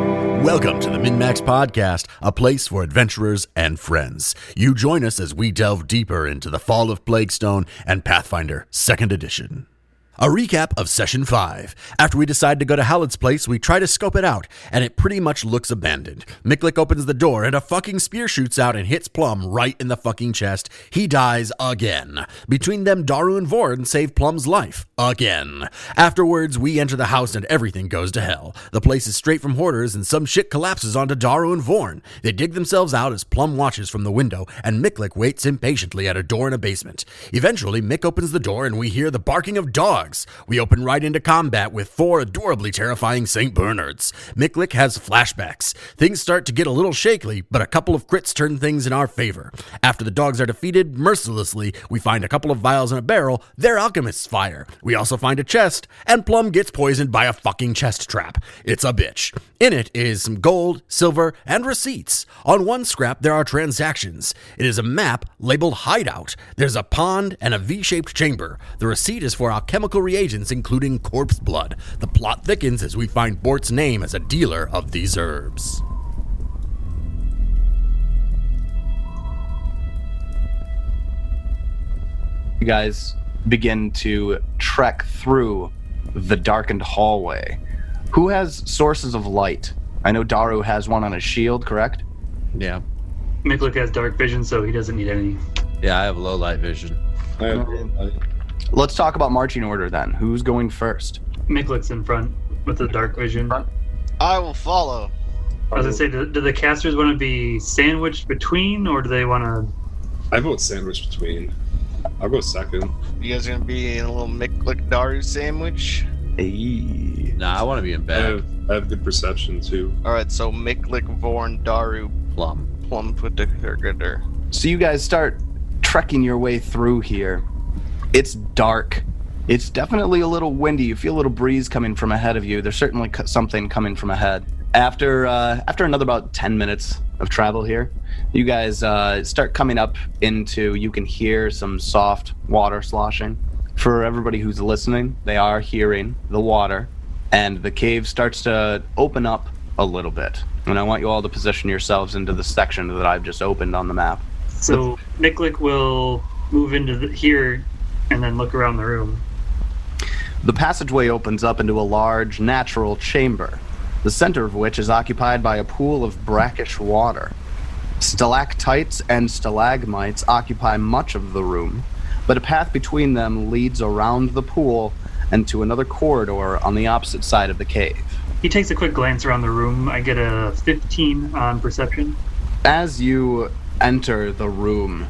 Welcome to the MinMax Podcast, a place for adventurers and friends. You join us as we delve deeper into the Fall of Plaguestone and Pathfinder 2nd Edition. A recap of Session 5. After we decide to go to Hallett's place, we try to scope it out, and it pretty much looks abandoned. Miklik opens the door, and a fucking spear shoots out and hits Plum right in the fucking chest. He dies again. Between them, Daru and Vorn save Plum's life again. Afterwards, we enter the house, and everything goes to hell. The place is straight from hoarders, and some shit collapses onto Daru and Vorn. They dig themselves out as Plum watches from the window, and Miklik waits impatiently at a door in a basement. Eventually, Mick opens the door, and we hear the barking of dogs. We open right into combat with four adorably terrifying St. Bernards. Miklik has flashbacks. Things start to get a little shakely, but a couple of crits turn things in our favor. After the dogs are defeated mercilessly, we find a couple of vials in a barrel, their alchemist's fire. We also find a chest, and Plum gets poisoned by a fucking chest trap. It's a bitch. In it is some gold, silver, and receipts. On one scrap, there are transactions. It is a map labeled Hideout. There's a pond and a V shaped chamber. The receipt is for alchemical reagents, including corpse blood. The plot thickens as we find Bort's name as a dealer of these herbs. you guys begin to trek through the darkened hallway. Who has sources of light? I know Daru has one on his shield, correct? Yeah. Miklik has dark vision, so he doesn't need any. Yeah, I have low light vision. Let's talk about marching order then. Who's going first? Miklik's in front with the dark vision. I I will follow. was gonna say, do, do the casters want to be sandwiched between, or do they want to? I vote sandwich between. I'll go second. You guys gonna be in a little Miklik Daru sandwich? Hey. Nah, I want to be in I bed. have, I have good perception too. Alright, so Miklik, Vorn, Daru, Plum. Plum, Puttakurgader. So you guys start trekking your way through here. It's dark. It's definitely a little windy. You feel a little breeze coming from ahead of you. There's certainly co- something coming from ahead. After uh, after another about ten minutes of travel here, you guys uh, start coming up into. You can hear some soft water sloshing. For everybody who's listening, they are hearing the water, and the cave starts to open up a little bit. And I want you all to position yourselves into the section that I've just opened on the map. So Miklik will move into the, here, and then look around the room. The passageway opens up into a large natural chamber, the center of which is occupied by a pool of brackish water. Stalactites and stalagmites occupy much of the room, but a path between them leads around the pool and to another corridor on the opposite side of the cave. He takes a quick glance around the room. I get a 15 on perception. as you enter the room,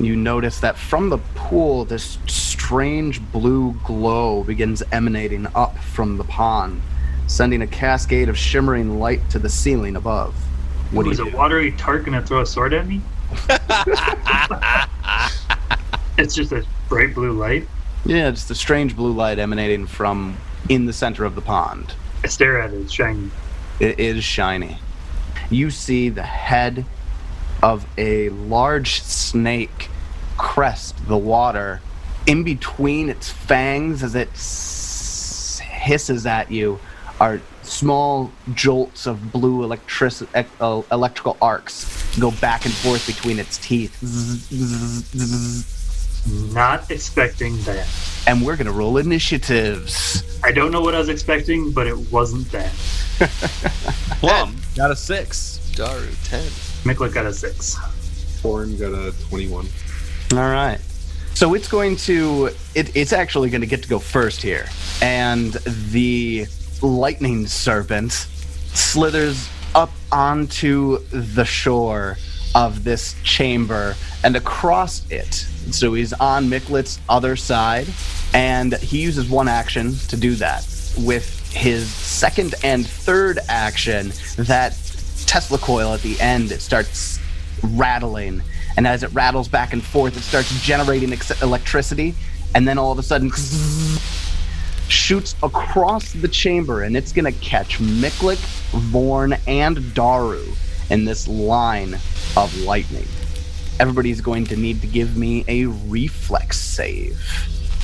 you notice that from the pool, this strange blue glow begins emanating up from the pond, sending a cascade of shimmering light to the ceiling above. What do you Who's a do? watery tart gonna throw a sword at me? it's just a bright blue light. Yeah, it's the strange blue light emanating from in the center of the pond. I stare at it. It's shiny. It is shiny. You see the head of a large snake crest the water in between its fangs as it s- hisses at you are small jolts of blue electric ec- uh, electrical arcs go back and forth between its teeth Zzz, zzz, zzz. Not expecting that. and we're going to roll initiatives I don't know what I was expecting, but it wasn't that. Plum, Got a six. Daru, 10. Miklik got a six. Horn got a 21. All right. So it's going to it, it's actually going to get to go first here. And the lightning serpent slithers up onto the shore of this chamber and across it. So he's on Miklet's other side and he uses one action to do that. With his second and third action, that Tesla coil at the end it starts rattling. And as it rattles back and forth, it starts generating ex- electricity. And then all of a sudden, shoots across the chamber. And it's going to catch Miklik, Vorn, and Daru in this line of lightning. Everybody's going to need to give me a reflex save.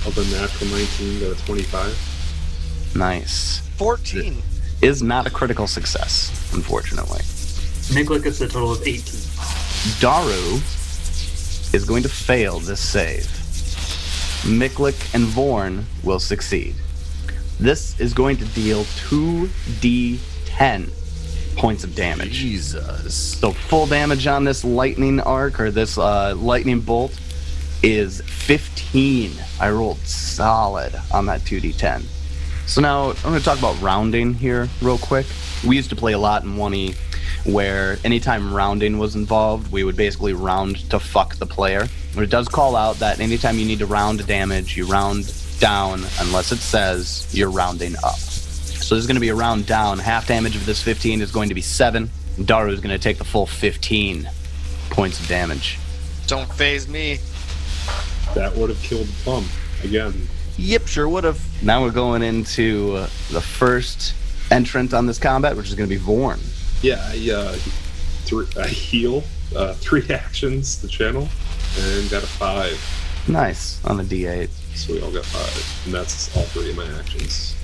Of a natural 19, got a 25. Nice. 14. is not a critical success, unfortunately. Nicklick gets a total of 18. Daru is going to fail this save. Miklik and Vorn will succeed. This is going to deal 2d10 points of damage. Jesus. So full damage on this lightning arc or this uh, lightning bolt is 15. I rolled solid on that 2d10. So now I'm going to talk about rounding here real quick. We used to play a lot in 1E where anytime rounding was involved, we would basically round to fuck the player. But it does call out that anytime you need to round damage, you round down unless it says you're rounding up. So this is going to be a round down. Half damage of this 15 is going to be 7. Daru is going to take the full 15 points of damage. Don't phase me. That would have killed Plum again. Yep, sure would have. Now we're going into uh, the first entrant on this combat, which is going to be Vorn. Yeah, I, uh, three, I heal uh, three actions the channel and got a five. Nice on the D8. So we all got five, and that's all three of my actions.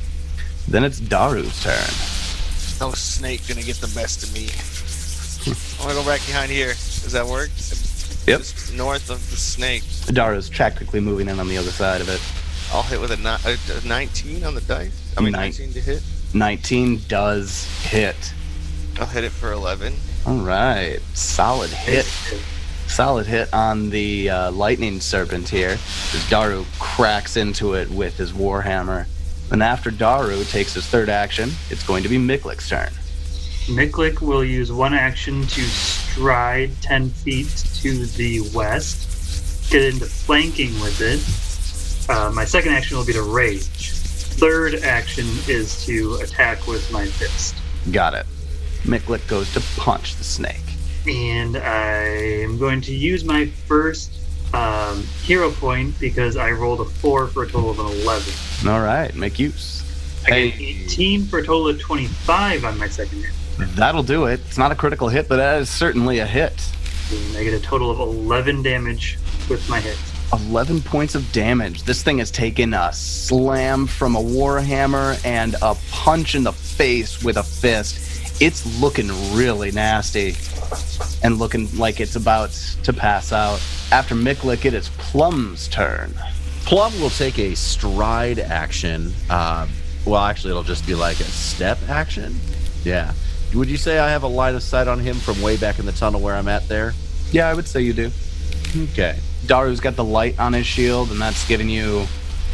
Then it's Daru's turn. No snake gonna get the best of me. I'm gonna go back behind here. Does that work? Yep. Just north of the snake. Daru's tactically moving in on the other side of it. I'll hit with a, ni- a, a 19 on the dice. I mean, Nine. 19 to hit. 19 does hit. I'll hit it for 11. All right, solid hit. Solid hit on the uh, lightning serpent here. As Daru cracks into it with his warhammer. And after Daru takes his third action, it's going to be Miklik's turn. Nicklick will use one action to stride 10 feet to the west, get into flanking with it. Uh, my second action will be to rage. Third action is to attack with my fist. Got it. Miklik goes to punch the snake. And I am going to use my first um, hero point because I rolled a 4 for a total of an 11. All right, make use. I get an Hey. 18 for a total of 25 on my second action. That'll do it. It's not a critical hit, but that is certainly a hit. And I get a total of 11 damage with my hit. 11 points of damage. This thing has taken a slam from a warhammer and a punch in the face with a fist. It's looking really nasty and looking like it's about to pass out. After Miklik, it is Plum's turn. Plum will take a stride action. Uh, well, actually, it'll just be like a step action. Yeah. Would you say I have a line of sight on him from way back in the tunnel where I'm at there? Yeah, I would say you do. Okay. Daru's got the light on his shield, and that's giving you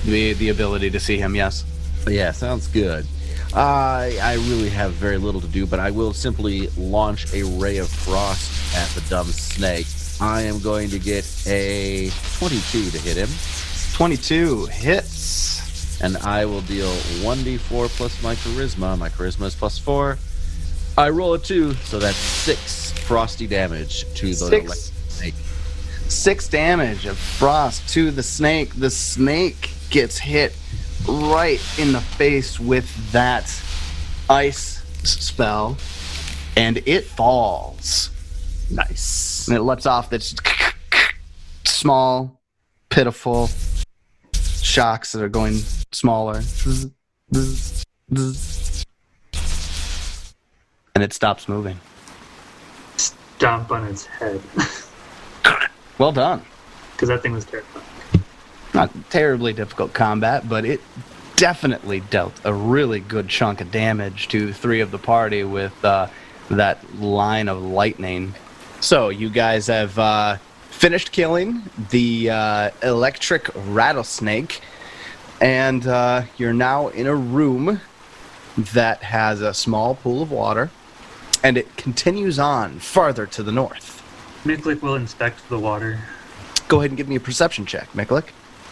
the, the ability to see him, yes. Yeah, sounds good. I I really have very little to do, but I will simply launch a ray of frost at the dumb snake. I am going to get a 22 to hit him, 22 hits. and I will deal 1d4 plus my charisma. My charisma is plus four. I roll a two, so that's six frosty damage to the Six. le- snake. six damage of frost to the snake. The snake gets hit right in the face with that ice s- spell, and it falls. Nice. And it lets off this small, pitiful shocks that are going smaller. And it stops moving. Stomp on its head. Well done. because that thing was terrifying. not terribly difficult combat, but it definitely dealt a really good chunk of damage to three of the party with uh, that line of lightning. So you guys have uh, finished killing the uh, electric rattlesnake, and uh, you're now in a room that has a small pool of water, and it continues on farther to the north. Miklik will inspect the water. Go ahead and give me a perception check, Miklik.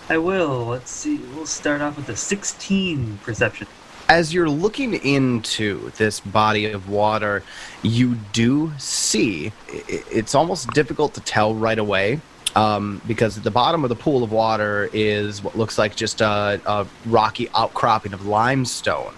I will. Let's see. We'll start off with a 16 perception. as you're looking into this body of water, you do see i- i- it's almost difficult to tell right away um, because at the bottom of the pool of water is what looks like just a, a rocky outcropping of limestone.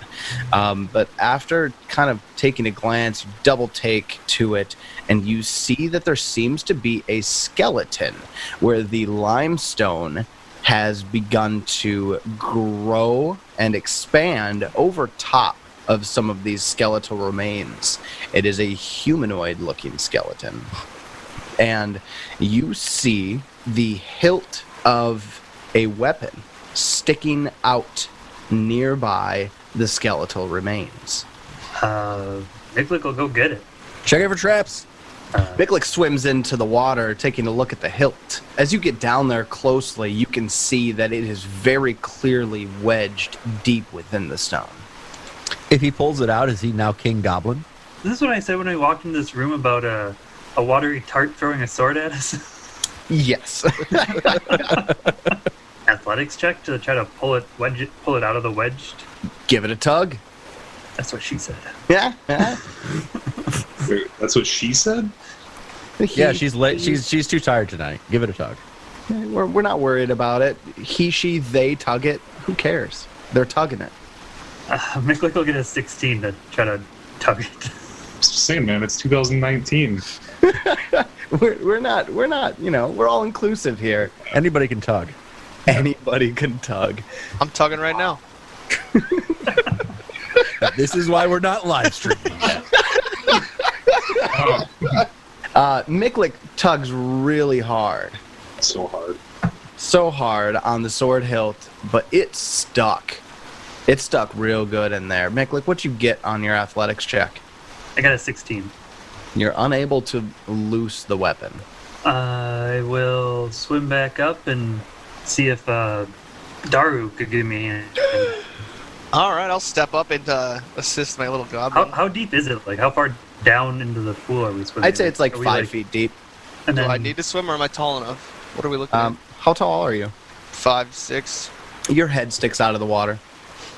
Um, but after kind of taking a glance, you double take to it, and you see that there seems to be a skeleton where the limestone has begun to grow and expand over top of some of these skeletal remains. It is a humanoid looking skeleton. And you see the hilt of a weapon sticking out nearby the skeletal remains. Uh, Nicklick will go get it. Check it for traps. Uh, Biklik swims into the water, taking a look at the hilt. As you get down there closely, you can see that it is very clearly wedged deep within the stone. If he pulls it out, is he now King Goblin? this is what I said when I walked into this room about a, a watery tart throwing a sword at us. Yes. Athletics check to try to pull it wedge it, pull it out of the wedge. Give it a tug. That's what she said. Yeah. yeah. Wait, that's what she said? Yeah, she's late. She's she's too tired tonight. Give it a tug. We're, we're not worried about it. He, she, they tug it. Who cares? They're tugging it. Uh, Nicklick will get a 16 to try to tug it. Just saying, man, it's 2019. We're, we're not. We're not. You know. We're all inclusive here. Anybody can tug. Anybody can tug. I'm tugging right now. This is why we're not live streaming. Oh, Uh, Miklik tugs really hard. so hard. so hard on the sword hilt, but it stuck. It stuck real good in there. Mick, look what you get on your athletics check. I got a 16. You're unable to loose the weapon. I will swim back up and see if uh, Daru could give me a hand. All right, I'll step up and uh, assist my little How, goblin. how deep is it? Like, how far down into the pool are we swimming? I'd say it's like Are we, five feet deep. And Do then I need to swim or am I tall enough? What are we looking Um, how tall are you? at? Five, six. Your head sticks out of the water.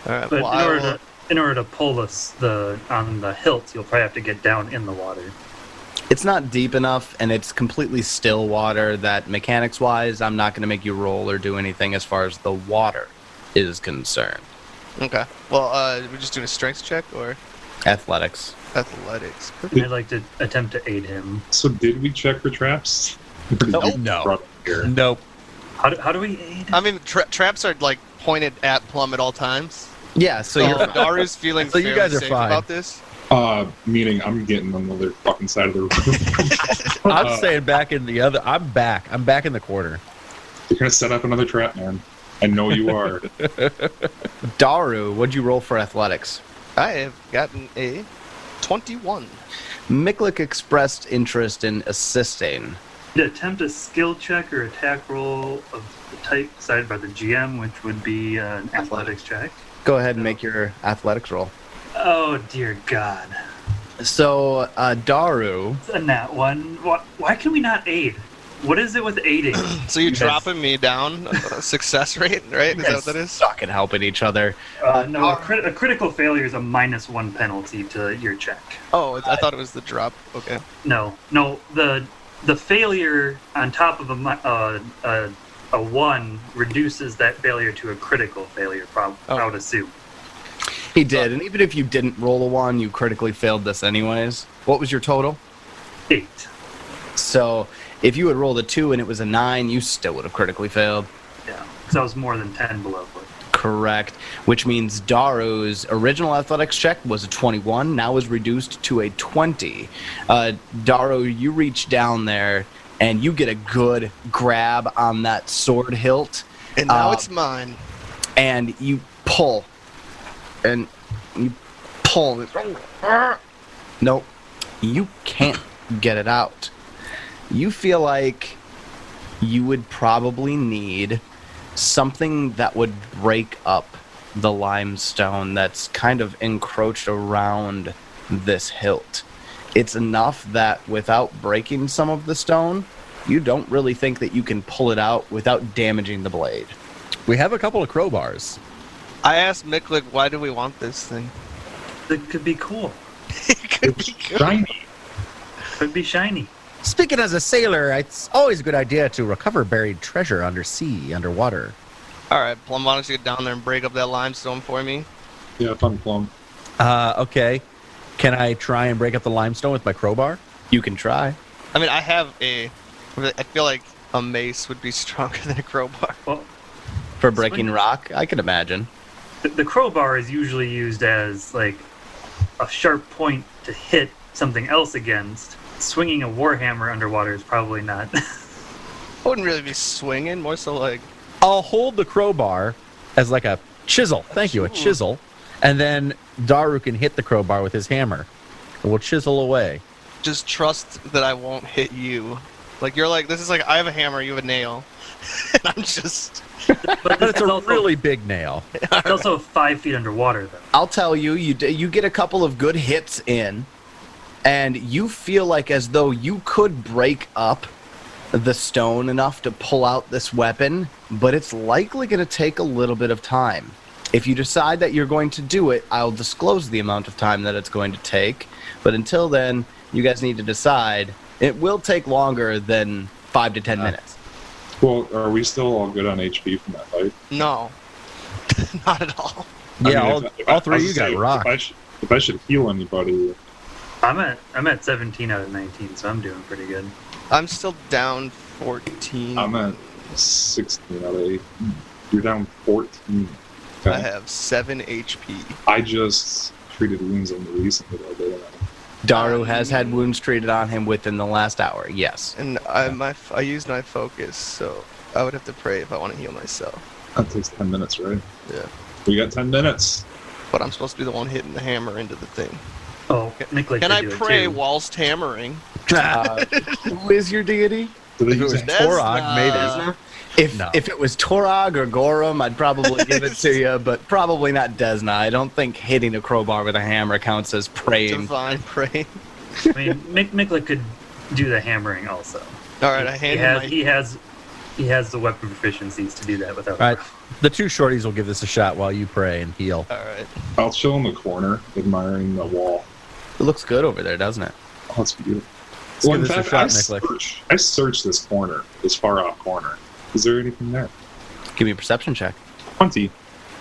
All right. But Well, in I order will, to in order to pull this the on the hilt, you'll probably have to get down in the water. It's not deep enough, and it's completely still water. That mechanics wise, I'm not going to make you roll or do anything as far as the water is concerned. Okay. Well, uh, we're just doing a strength check or Athletics. athletics. And I'd like to attempt to aid him. So did we check for traps? Nope. Brought it here. Nope. How do, how do we aid? I mean, tra- traps are like pointed at Plum at all times. Yeah, so So Oh. you're Daru's feeling So you fairly guys are safe fine. about this. Uh, meaning I'm getting on the other fucking side of the room. I'm Uh, staying back in the other. I'm back. I'm back in the corner. You're gonna set up another trap, man. I know you are. Daru. What'd you roll for athletics? I have gotten a 21. Miklik expressed interest in assisting. To attempt a skill check or attack roll of the type decided by the GM, which would be uh, an athletics check. Go ahead and make your athletics roll. Oh dear God! So, uh, Daru, It's a nat one. Why, why can we not aid? What is it with aiding? So you're Yes. dropping me down uh, success rate, right? Is that what that is? suck at helping each other. Uh, no, a, crit- a critical failure is a minus one penalty to your check. Oh, I thought it was the drop. Okay. No, no, the the failure on top of a mi- uh, a, a one reduces that failure to a critical failure. Prob- Oh. I would assume. He did, and even if you didn't roll a one, you critically failed this anyways. What was your total? Eight. So, if you had rolled a two and it was a nine, you still would have critically failed. Yeah, because I was more than ten below. it. Correct, which means Daru's original athletics check was a 21, now is reduced to a 20. Uh, Daru, you reach down there and you get a good grab on that sword hilt, And now Uh, it's mine. and you pull, and you pull. and it's- Nope, you can't get it out. You feel like you would probably need something that would break up the limestone that's kind of encroached around this hilt. It's enough that without breaking some of the stone, you don't really think that you can pull it out without damaging the blade. We have a couple of crowbars. I asked Miklik, why do we want this thing? It could be cool. it could be good. Shiny. Could be shiny. Speaking as a sailor, it's always a good idea to recover buried treasure undersea, underwater. All right, Plum, why don't you get down there and break up that limestone for me? Yeah, fun plum. Uh, okay. Can I try and break up the limestone with my crowbar? You can try. I mean, I have a. I feel like a mace would be stronger than a crowbar. Well, For breaking rock, I can imagine. the, the crowbar is usually used as like a sharp point to hit something else against, swinging a warhammer underwater is probably not. I wouldn't really be swinging, more so like I'll hold the crowbar as like a chisel. Thank you, a chisel. And then Daru can hit the crowbar with his hammer. And we'll chisel away. just trust that I won't hit you. Like you're like this is like I have a hammer, you have a nail, and I'm just but But it's a also, really big nail. it's also five feet underwater though. I'll tell you, you d- you get a couple of good hits in, and you feel like as though you could break up the stone enough to pull out this weapon, but it's likely going to take a little bit of time. If you decide that you're going to do it, I'll disclose the amount of time that it's going to take. But until then, you guys need to decide. It will take longer than five to Uh, ten minutes. Well, are we still all good on HP from that fight? no, not at all. I Yeah, Um, mean, all, if- if I- all I three of was you gonna got say, rocked. If I, should, if I should heal anybody, I'm at I'm at 17 out of 19, so I'm doing pretty good. I'm still down 14. I'm at 16 out of 8. You're down 14. Okay. I have seven HP. I just treated wounds on the recently, though, uh, didn't I? Daru has had wounds treated on him within the last hour. Yes. and I my f- I used my focus, so I would have to pray if I want to heal myself. That takes 10 minutes, right? Yeah. We got 10 minutes. But I'm supposed to be the one hitting the hammer into the thing. Oh, Nicholas, Can I do it, pray too. whilst hammering? Uh, who is your deity? Do they If it use was a- That's Torog, maybe. not- If No. if it was Torog or Gorum, I'd probably give it to you, but probably not Desna. I don't think hitting a crowbar with a hammer counts as praying. divine praying. I mean, Nick Nicholas could do the hammering also. All right, I He hand him has my. he has he has the weapon proficiencies to do that without. All right, the two shorties will give this a shot while you pray and heal. All right, I'll chill in the corner, admiring the wall. It looks good over there, doesn't it? Oh, it's beautiful. Let's give this a I, shot, Nick. search, I search this corner, this far off corner. Is there anything there? Give me a perception check. 20.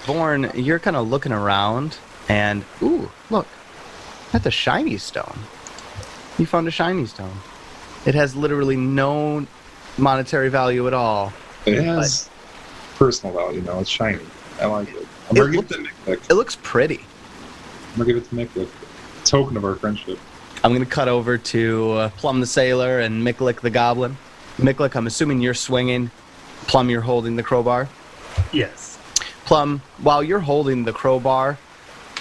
Born, you're kind of looking around, and ooh, look, that's a shiny stone. You found a shiny stone. It has literally no monetary value at all. It has personal value now. It's shiny. I like it. I'm It going to give it looks- to Nick. Nick. It looks pretty. I'm going to give it to Nick. Nick. Token of our friendship. I'm going to cut over to uh, Plum the Sailor and Miklik the Goblin. Miklik, I'm assuming you're swinging. Plum, you're holding the crowbar. Yes. Plum, while you're holding the crowbar,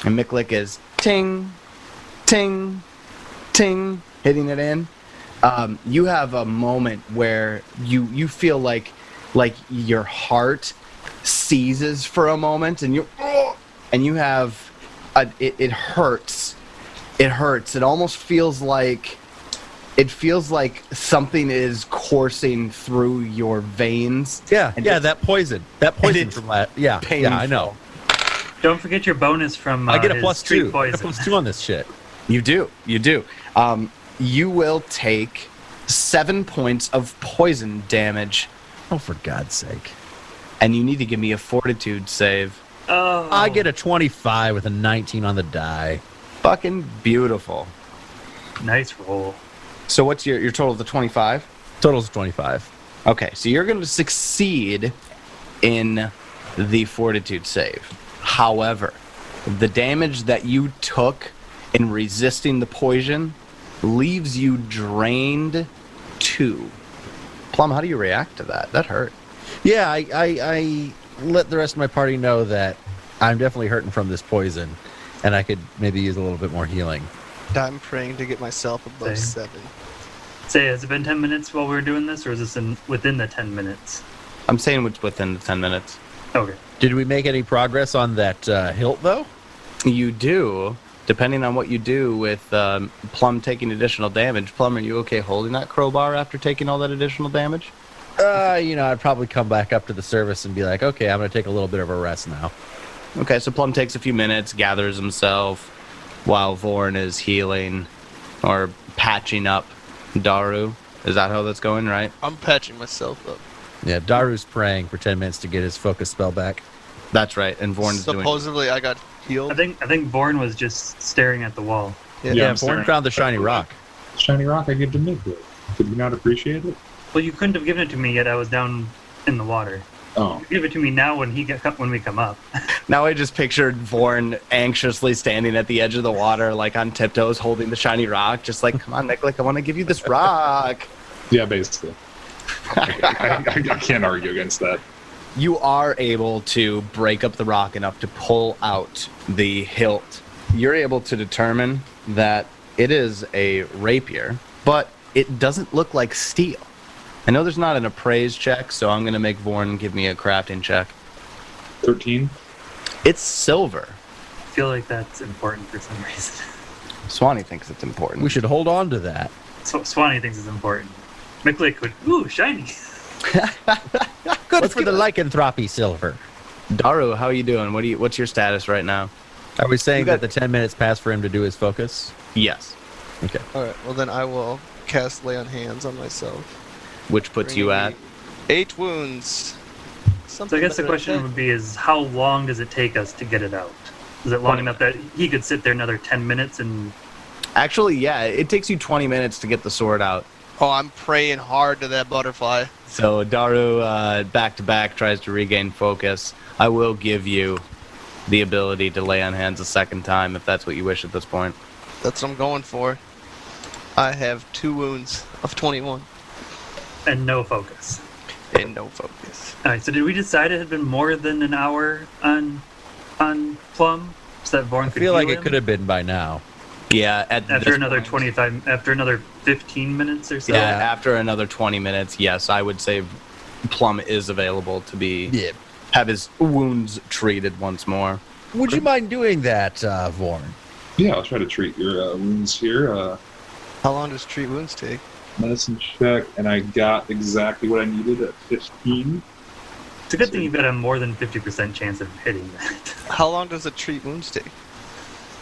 and Miklik is ting, ting, ting, hitting it in, um, you have a moment where you you feel like like your heart seizes for a moment, and you and you have a, it, it hurts, it hurts. It almost feels like it feels like something is coursing through your veins. Yeah, And yeah, it's- that poison, that poison it's from last. Yeah, yeah, I know. Don't forget your bonus from. Uh, I get a his plus street two. I Poison. get a plus two on this shit. You do. You do. Um, you will take seven points of poison damage, Oh, for God's sake! and you need to give me a fortitude save. Oh, I get a twenty-five with a nineteen on the die. Fucking beautiful. nice roll. So what's your your total? The twenty five. Total's twenty-five. Okay, so you're going to succeed in the fortitude save. However, the damage that you took in resisting the poison leaves you drained two. Plum, how do you react to that? That hurt. Yeah, I, I, I let the rest of my party know that I'm definitely hurting from this poison, and I could maybe use a little bit more healing. I'm praying to get myself above Same. seven. Say, has it been 10 minutes while we were doing this, or is this in within the 10 minutes? I'm saying it's within the 10 minutes. Okay. Did we make any progress on that uh, hilt though? You do, depending on what you do with um, Plum taking additional damage. Plum, are you okay holding that crowbar after taking all that additional damage? Uh, you know, I'd probably come back up to the service and be like, okay, I'm gonna take a little bit of a rest now. Okay, so Plum takes a few minutes, gathers himself while Vorn is healing or patching up Daru. Is that how that's going, right? I'm patching myself up. Yeah, Daru's praying for ten minutes to get his focus spell back. That's right, and Vorn is doing Supposedly, I got I healed. think I think Born was just staring at the wall. Yeah, Yeah. Yeah, I'm Born staring. found the shiny rock. Shiny rock I give to Nick. Nick. Did you not appreciate it? Well, you couldn't have given it to me yet. I was down in the water. Oh, Give it to me now when he get, when we come up. Now I just pictured Vorn anxiously standing at the edge of the water, like on tiptoes, holding the shiny rock, just like, come on, Nick, I want to give you this rock. yeah, basically. I, I, I can't argue against that. you are able to break up the rock enough to pull out the hilt. You're able to determine that it is a rapier, but it doesn't look like steel. I know there's not an appraise check, so I'm going to make Vorn give me a crafting check. 13? It's silver. I feel like that's important for some reason. Swanee thinks it's important. We should hold on to that. So, Swanee thinks it's important. McLeod would, ooh, shiny. Good Let's for the lycanthropy silver. Daru, how are you doing? What do you? What's your status right now? Are we saying You got- that the 10 minutes passed for him to do his focus? Yes, Okay. All right. Well, then I will cast lay on hands on myself. which puts you at. Bringing me Eight wounds. So Something I guess the better than question would be: Is how long does it take us to get it out? Is it long enough that he could sit there another ten minutes and Actually, yeah, it takes you 20 minutes to get the sword out. that. Oh, I'm praying hard to that butterfly. So Daru uh, back to back tries to regain focus. I will give you the ability to lay on hands a second time if that's what you wish at this point. That's what I'm going for. I have two wounds of 21 and no focus? and no focus. All right. So did we decide it had been more than an hour on on Plum? So that Vorn I could feel like heal it him could have been by now. Yeah, at after this another point- twenty-five, after another fifteen minutes or so. Yeah, after another twenty minutes. Yes, I would say Plum is available to be have his wounds treated once more. Would you mind doing that, uh, Vorn? Yeah, I'll try to treat your uh, wounds here. Uh, How long does treat wounds take? medicine check, and I got exactly what I needed at 15. It's a good thing you've got a more than fifty percent chance of hitting that. How long does a treat wounds take?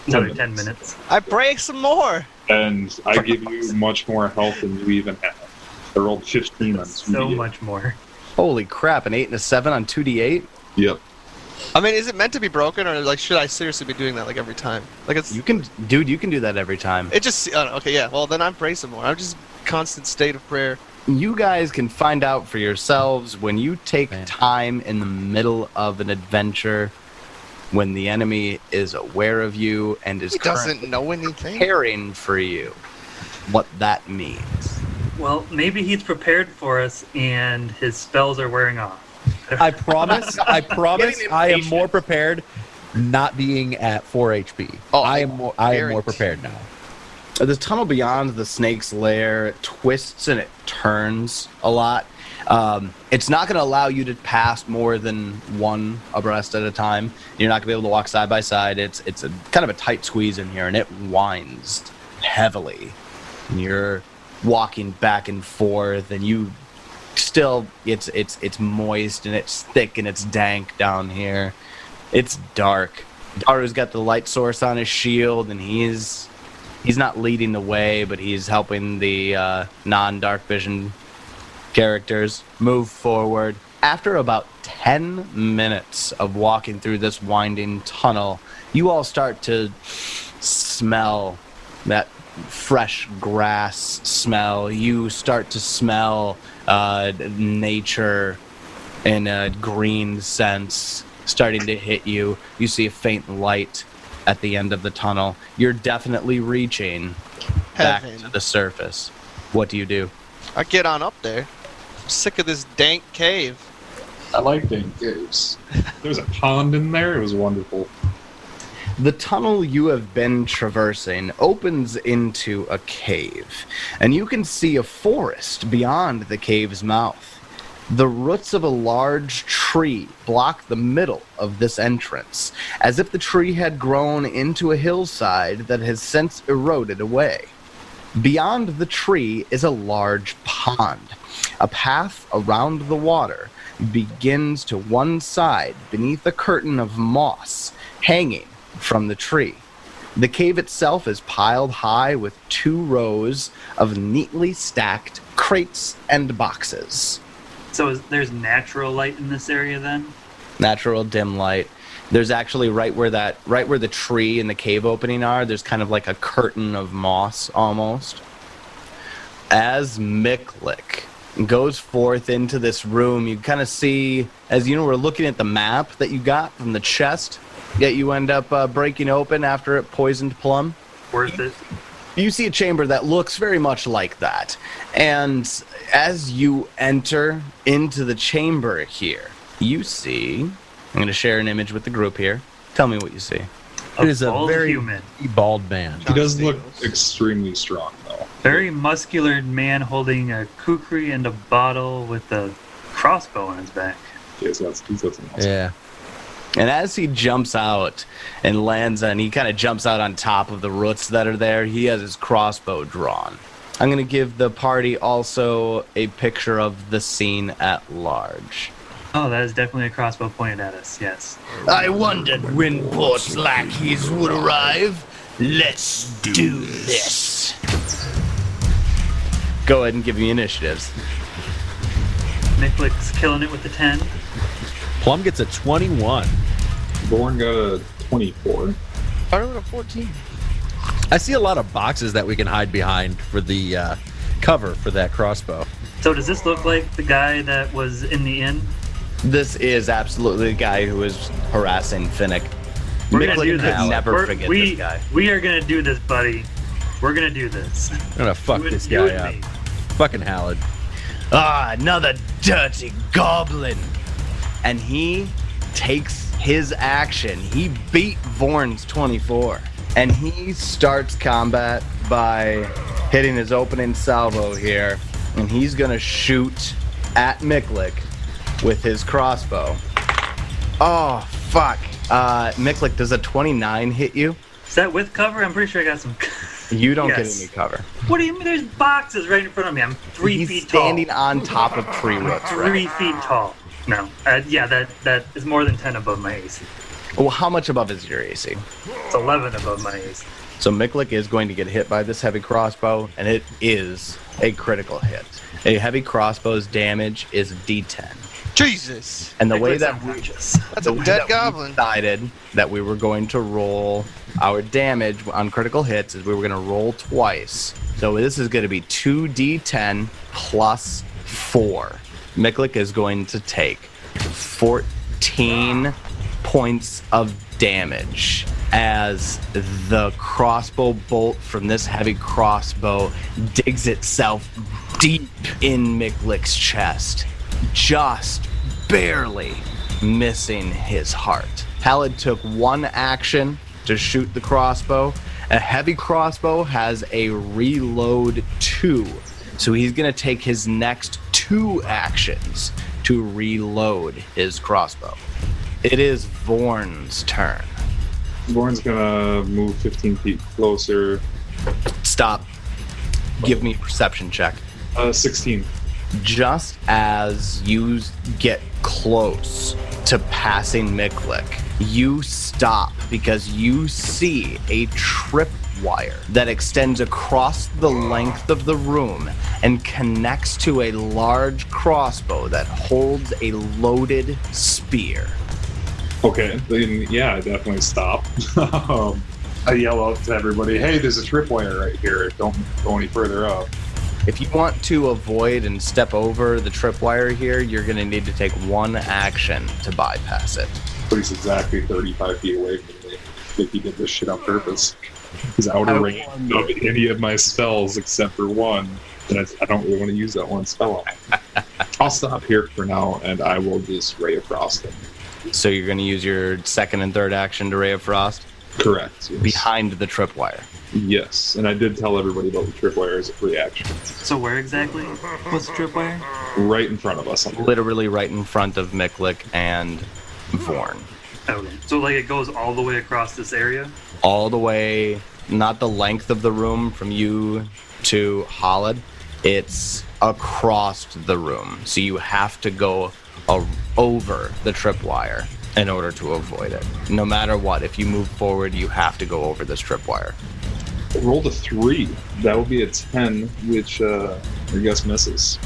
another Ten ten minutes. minutes. I break some more. And I give you much more health than you even have. I rolled 15 on So 2d8. much more. Holy crap! An eight and a seven on two d eight. Yep. I mean, is it meant to be broken, or like should I seriously be doing that like every time? Like it's You can, dude. You can do that every time. it just oh, okay. Yeah. Well, then I pray some more. I'm just constant state of prayer. you guys can find out for yourselves when you take Man. time in the middle of an adventure when the enemy is aware of you and is He doesn't know currently anything. caring for you what that means Well, maybe he's prepared for us, and his spells are wearing off. I promise. I promise. Getting I am impatient. more prepared. Not being at 4 HP. Oh, I am. More, I am more guaranteed. prepared now. Uh, the tunnel beyond the snake's lair twists and it turns a lot um, it's not going to allow you to pass more than one abreast at a time you're not going to be able to walk side by side it's it's a kind of a tight squeeze in here and it winds heavily and you're walking back and forth and you still it's it's it's moist and it's thick and it's dank down here it's dark daru's got the light source on his shield and he's he's not leading the way, but he's helping the uh, non dark vision characters move forward. After about 10 minutes of walking through this winding tunnel, you all start to smell that fresh grass smell. You start to smell uh, nature in a green sense starting to hit you. You see a faint light at the end of the tunnel. You're definitely reaching back to Heaven. the surface. What do you do? I get on up there. I'm sick of this dank cave. I like dank caves. There was a pond in there. It was wonderful. The tunnel you have been traversing opens into a cave, and you can see a forest beyond the cave's mouth. The roots of a large tree block the middle of this entrance, as if the tree had grown into a hillside that has since eroded away. Beyond the tree is a large pond. A path around the water begins to one side beneath a curtain of moss hanging from the tree. The cave itself is piled high with two rows of neatly stacked crates and boxes. So is, there's natural light in this area then? Natural dim light. There's actually right where that right where the tree and the cave opening are, there's kind of like a curtain of moss almost. As Miklik, goes forth into this room. You kind of see, as you were looking at the map that you got from the chest, that you end up uh, breaking open after it poisoned Plum Worth it. you see a chamber that looks very much like that. And as you enter into the chamber here, you see. I'm going to share an image with the group here. Tell me what you see. A It is a bald very human, bald man. He does John look Stamos. extremely strong, though. very muscular man holding a kukri and a bottle with a crossbow on his back. He has got, he's got some muscle. Yeah. And as he jumps out and lands, and he kind of jumps out on top of the roots that are there, he has his crossbow drawn. I'm going to give the party also a picture of the scene at large. Oh, that is definitely a crossbow pointed at us. Yes. I wondered when Port lackeys would arrive. Let's do this. Go ahead and give me initiatives. Nicklick's killing it with the ten. Plum gets a 21. Born got a 24. I rolled a 14. I see a lot of boxes that we can hide behind for the uh, cover for that crossbow. So does this look like the guy that was in the inn? This is absolutely the guy who is harassing Finnick. We're gonna Micklin do could this. never We're- forget we, this guy. We are gonna do this, buddy. We're gonna do this. I'm gonna fuck You and- this you guy and up. me. Fucking Hallard. Ah, another dirty goblin. And he takes his action. He beat Vorn's 24. And he starts combat by hitting his opening salvo here. And he's going to shoot at Miklik with his crossbow. Oh, fuck. Uh, Miklik, does a 29 hit you? Is that with cover? I'm pretty sure I got some. You don't Yes. get any cover. what do you mean? There's boxes right in front of me. I'm three he's feet standing tall. on top of tree roots, right? Three feet tall. No. Uh, yeah, that that is more than ten above my AC. Well, how much above is your AC? It's eleven above my AC. So Miklik is going to get hit by this heavy crossbow, and it is a critical hit. A heavy crossbow's damage is D10, Jesus. and the way Nicklick's that we unconscious. That's a dead goblin. decided that we were going to roll our damage on critical hits is we were going to roll twice. So this is going to be two D10 plus four. Miklik is going to take 14 points of damage as the crossbow bolt from this heavy crossbow digs itself deep in Miklik's chest, just barely missing his heart. Halid took one action to shoot the crossbow. A heavy crossbow has a reload two, so he's going to take his next two actions to reload his crossbow. It is Vorn's turn. Born's gonna move 15 feet closer. Stop. Give me a perception check. Uh, 16. Just as you get close to passing Miklik, you stop because you see a tripwire that extends across the length of the room and connects to a large crossbow that holds a loaded spear. Okay, then yeah, I definitely stop. um, I yell out to everybody, "Hey, there's a tripwire right here! Don't go any further up." If you want to avoid and step over the tripwire here, you're going to need to take one action to bypass it. But he's exactly 35 feet away from me. I think he did this shit on purpose. He's out I of range of any of my spells except for one, and I, I don't really want to use that one spell. on him. I'll stop here for now, and I will just ray of frost him. So you're going to use your second and third action to Ray of Frost Correct. Yes. behind the tripwire. Yes, and I did tell everybody about the tripwire as a free action. So where exactly? What's the tripwire? Right in front of us. on the- Literally right in front of Miklik and Vorn. Okay. So like it goes all the way across this area. All the way, not the length of the room from you to Holland, it's across the room. So you have to go a- over the tripwire in order to avoid it. No matter what, if you move forward, you have to go over this tripwire. Roll a three. That would be a ten, which uh, I guess misses.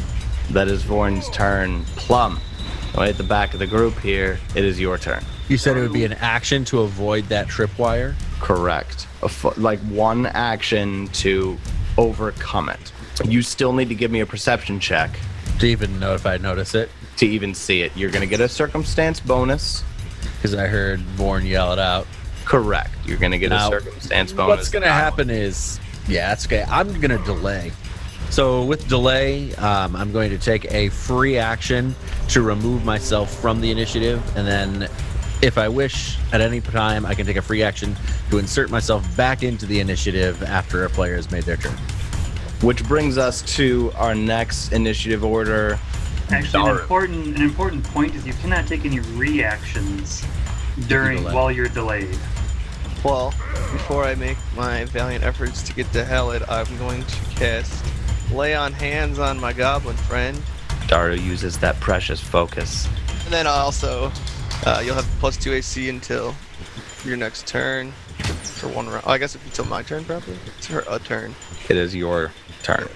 That is Vorn's turn. Plum, right at the back of the group here, it is your turn. You said it would be an action to avoid that tripwire. Correct. A fo- like one action to overcome it. You still need to give me a perception check to even know if I notice it, to even see it. You're going to get a circumstance bonus. because I heard Vorn yell it out. Correct. You're going to get Now, a circumstance bonus. What's gonna happen is, Yeah, that's okay. I'm gonna delay. so with delay, um, I'm going to take a free action to remove myself from the initiative, and then, if I wish, at any time I can take a free action to insert myself back into the initiative after a player has made their turn. Which brings us to our next initiative order. Actually, an Darn. important an important point is you cannot take any reactions during Delay. while you're delayed. Well, before I make my valiant efforts to get to hell, it I'm going to cast lay on hands on my goblin friend, Daru uses that precious focus. and then also uh, you'll have plus two AC until your next turn for one round. I guess it's until my turn probably. It's her a turn, It is your turn.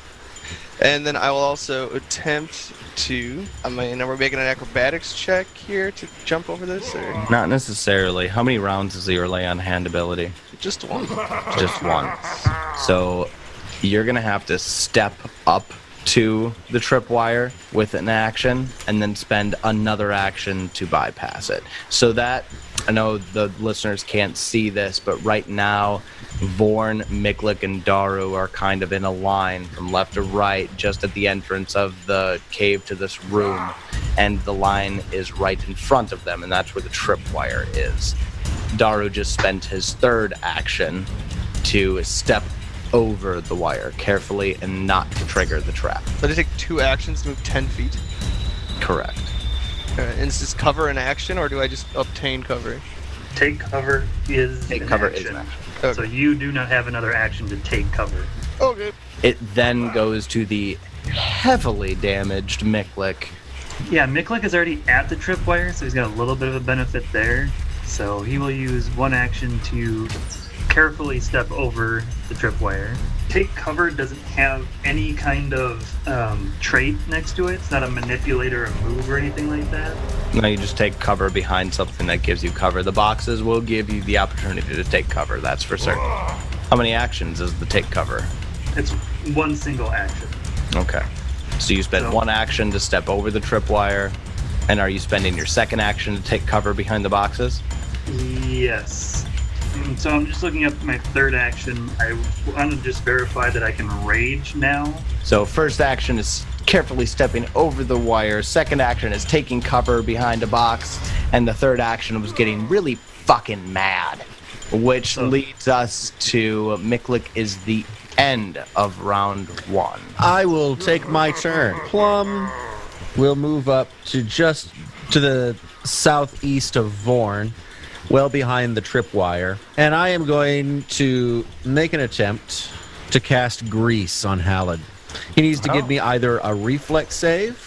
and then I will also attempt to. I mean, are we making an acrobatics check here to jump over this, or Not necessarily. How many rounds is your lay on hand ability? just one? Just one. So you're going to have to step up to the tripwire with an action and then spend another action to bypass it. So that, I know the listeners can't see this, but right now, Vorn, Miklik, and Daru are kind of in a line from left to right just at the entrance of the cave to this room. And the line is right in front of them, and that's where the tripwire is. Daru just spent his third action to step over the wire carefully and not to trigger the trap. So I just take two actions to move ten feet. Correct. All right, and is this cover an action, or do I just obtain cover? Take cover is Take an cover action. is an action. Okay. So you do not have another action to take cover. Okay. It then goes to the heavily damaged Miklik. Yeah, Miklik is already at the tripwire, so he's got a little bit of a benefit there. So he will use one action to carefully step over the tripwire. Take cover doesn't have any kind of um, trait next to it. It's not a manipulator, a move, or anything like that. Now you just take cover behind something that gives you cover. The boxes will give you the opportunity to take cover, that's for certain. How many actions is the take cover? It's one single action. Okay. So you spent No. one action to step over the tripwire, and are you spending your second action to take cover behind the boxes? Yes. Mm, So I'm just looking up my third action. I want to just verify that I can rage now. So first action is carefully stepping over the wire. Second action is taking cover behind a box, and the third action was getting really fucking mad, which Oh. leads us to Miklik is the end of round one. I will take my turn. Plum will move up to just to the southeast of Vorn, well behind the tripwire, and I am going to make an attempt to cast grease on Halid. He needs to give me either a reflex save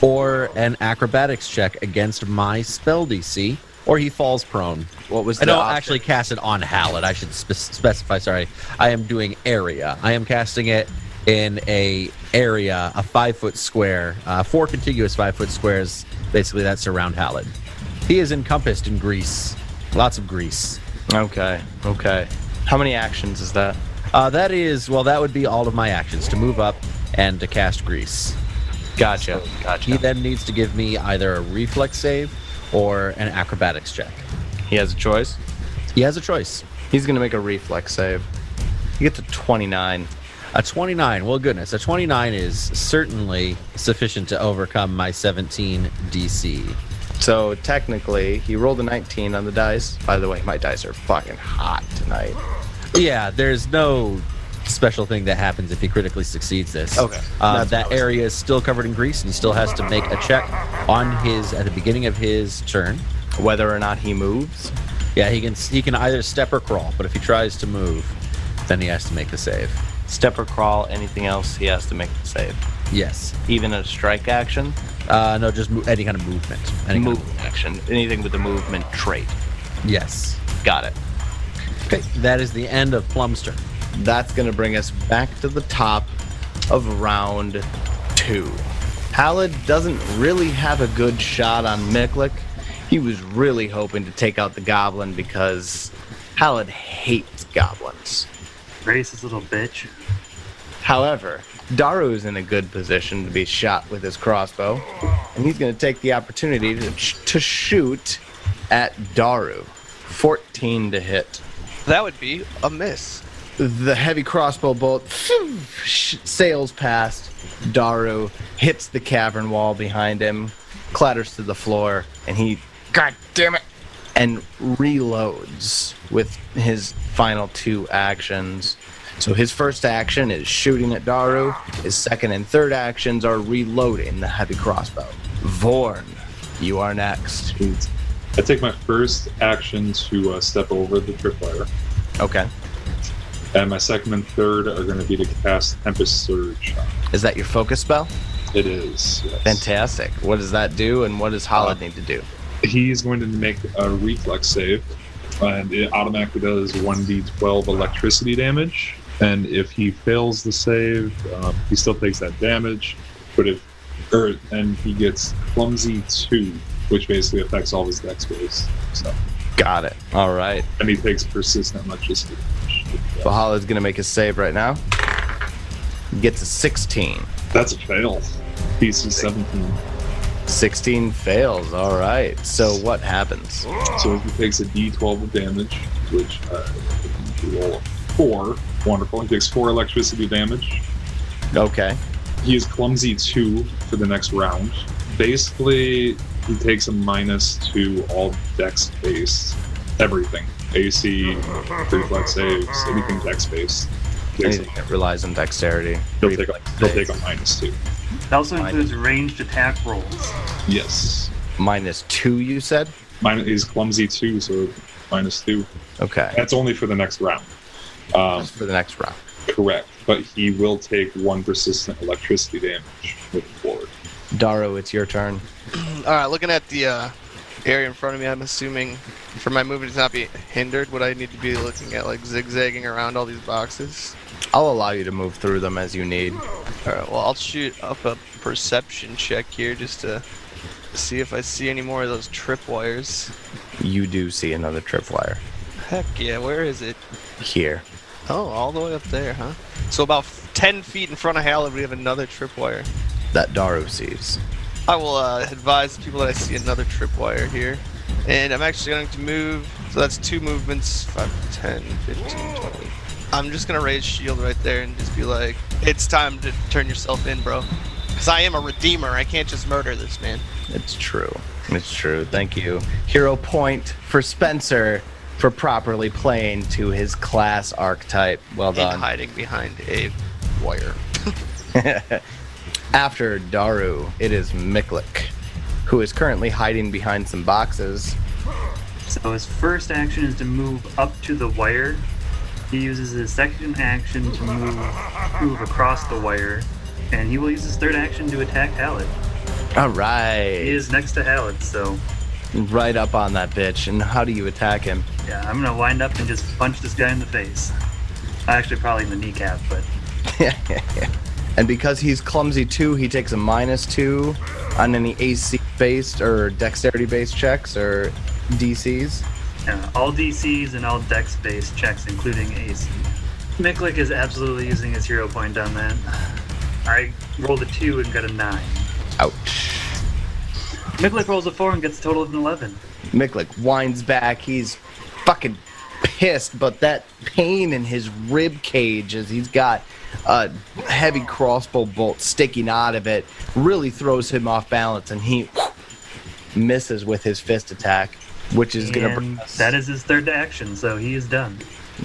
or an acrobatics check against my spell DC, or he falls prone. What was I the don't option? actually cast it on Hallett. I should spe- specify. Sorry, I am doing area. I am casting it in a area, a five foot square, uh, four contiguous five foot squares, basically that surround Hallett. He is encompassed in grease, lots of grease. Okay, okay. How many actions is that? Uh, that is well, that would be all of my actions to move up and to cast grease. Gotcha, He gotcha. then needs to give me either a reflex save or an acrobatics check. He has a choice. He has a choice. He's gonna make a reflex save. He gets a 29. A 29. Well, goodness. A 29 is certainly sufficient to overcome my 17 DC. So technically, he rolled a 19 on the dice. By the way, my dice are fucking hot tonight. Yeah, there's no special thing that happens if he critically succeeds this. Okay. Uh, That's what I that was- area is still covered in grease, and he still has to make a check on his at the beginning of his turn. Whether or not he moves, Yeah, he can he can either step or crawl, but if he tries to move, then he has to make the save. step or crawl, anything else, he has to make the save. Yes. Even a strike action, Uh, no, just mo- any kind of movement. Any kind of- movement action, anything with a movement trait. yes. Got it. Okay. That is the end of Plum's turn. That's going to bring us back to the top of round two. Halid doesn't really have a good shot on Miklik. He was really hoping to take out the goblin because Halid hates goblins. Grace is a little bitch. However, Daru is in a good position to be shot with his crossbow, and he's going to take the opportunity to, to shoot at Daru. 14 to hit. That would be a miss. The heavy crossbow bolt sh- sails past. Daru hits the cavern wall behind him, clatters to the floor, and he, God damn it, and reloads with his final two actions. So his first action is shooting at Daru, his second and third actions are reloading the heavy crossbow. Vorn, you are next. Jeez. I take my first action to uh, step over the tripwire, Okay. and my second and third are going to be to cast Tempest Surge. Is that your focus spell? It is. yes. Fantastic. What does that do, and what does Hollid need to do? He's going to make a reflex save, and it automatically does 1d12 electricity damage. And if he fails the save, um, he still takes that damage. But if, er, and he gets clumsy two, which basically affects all his dex saves. So, Got it. All right. and he takes persistent electricity damage. So Hollid's going to make his save right now. He gets a 16. That's a fail. PC 17. 16 fails. All right. So what happens? So he takes a d12 of damage, which uh, he roll a four. Wonderful. He takes four electricity damage. Okay. He is clumsy two for the next round. Basically, he takes a minus to all dex based everything. AC, reflex saves, anything dex based. Anything that relies on dexterity. He'll take, a, he'll take a minus two. It also includes ranged attack rolls. Yes. Minus two, you said? Minus, he's clumsy two, so minus two. Okay. That's only for the next round. Um, That's for the next round. Correct, but he will take one persistent electricity damage moving forward. Daro, it's your turn. All right, looking at the uh, area in front of me, I'm assuming for my movement to not be hindered, would I need to be looking at like zigzagging around all these boxes? I'll allow you to move through them as you need. All right, well, I'll shoot up a perception check here just to see if I see any more of those tripwires. You do see another tripwire Heck yeah, where is it? here. Oh, all the way up there, huh? So about f- 10 feet in front of Hallett, we have another tripwire. that Daru sees. I will uh, advise people that I see another tripwire here. And I'm actually going to move. So that's two movements 5, 10, 15, 20. I'm just going to raise shield right there and just be like, it's time to turn yourself in, bro. Because I am a redeemer. I can't just murder this man. It's true. It's true. Thank you. Hero point for Spencer for properly playing to his class archetype. Well And done. hiding behind a wire. After Daru, it is Miklik, who is currently hiding behind some boxes. So his first action is to move up to the wire. He uses his second action to move move across the wire, and he will use his third action to attack Hallett. All He right. is next to Hallett, so Right up on that bitch. And how do you attack him? yeah, I'm gonna wind up and just punch this guy in the face. Actually, probably in the kneecap, but And because he's clumsy too, he takes a minus two on any AC based or dexterity based checks or DCs. yeah, uh, all DCs and all Dex-based checks, including AC. Miklik is absolutely using his hero point on that. I rolled a two and got a nine. Ouch. Miklik rolls a four and gets a total of an eleven. Miklik winds back. He's fucking pissed, but that pain in his rib cage as he's got a heavy crossbow bolt sticking out of it really throws him off balance, and he misses with his fist attack, which is gonna bring And us, that is his third action, so he is done.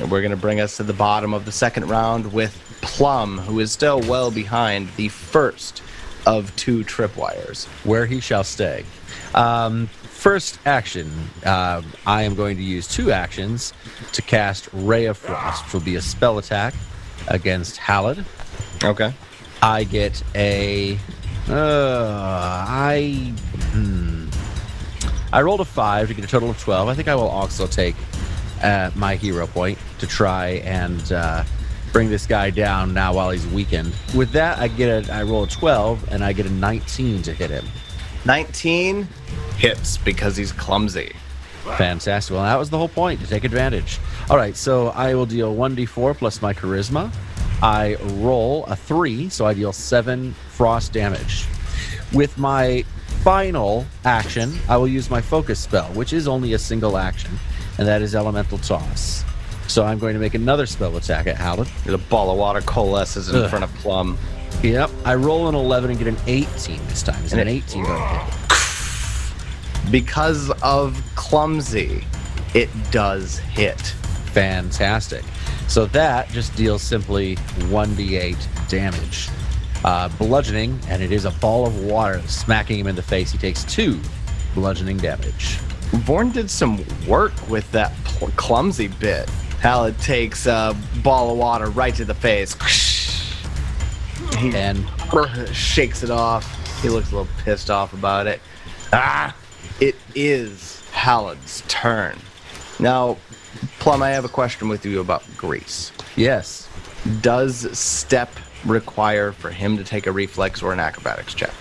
we're gonna bring us to the bottom of the second round with Plum, who is still well behind the first of two tripwires. where he shall stay. Um, first action, um, I am going to use two actions to cast Ray of Frost, which will be a spell attack against Halid. Okay. I get a. Uh, I. hmm. I rolled a five to get a total of 12. I think I will also take uh, my hero point to try and uh, bring this guy down now while he's weakened. With that, I get a, I roll a 12 and I get a 19 to hit him. 19 hits because he's clumsy. Fantastic. Well, that was the whole point to take advantage. All right, so I will deal 1d4 plus my charisma, I roll a three, so I deal seven frost damage. With my final action, I will use my focus spell, which is only a single action, and that is Elemental Toss. So I'm going to make another spell attack at Howlett. The ball of water coalesces in Ugh. front of Plum. Yep, I roll an 11 and get an 18 this time. Is it an And 18 going to hit? Because of clumsy, it does hit. Fantastic. So that just deals simply 1d8 damage. Uh, bludgeoning, and it is a ball of water smacking him in the face. He takes two bludgeoning damage. Vorn did some work with that pl- clumsy bit. Halid takes a ball of water right to the face. He And shakes it off. He looks a little pissed off about it. Ah! It is Halid's turn. Now, Plum, I have a question with you about Greece. yes, Does step require for him to take a reflex or an acrobatics check?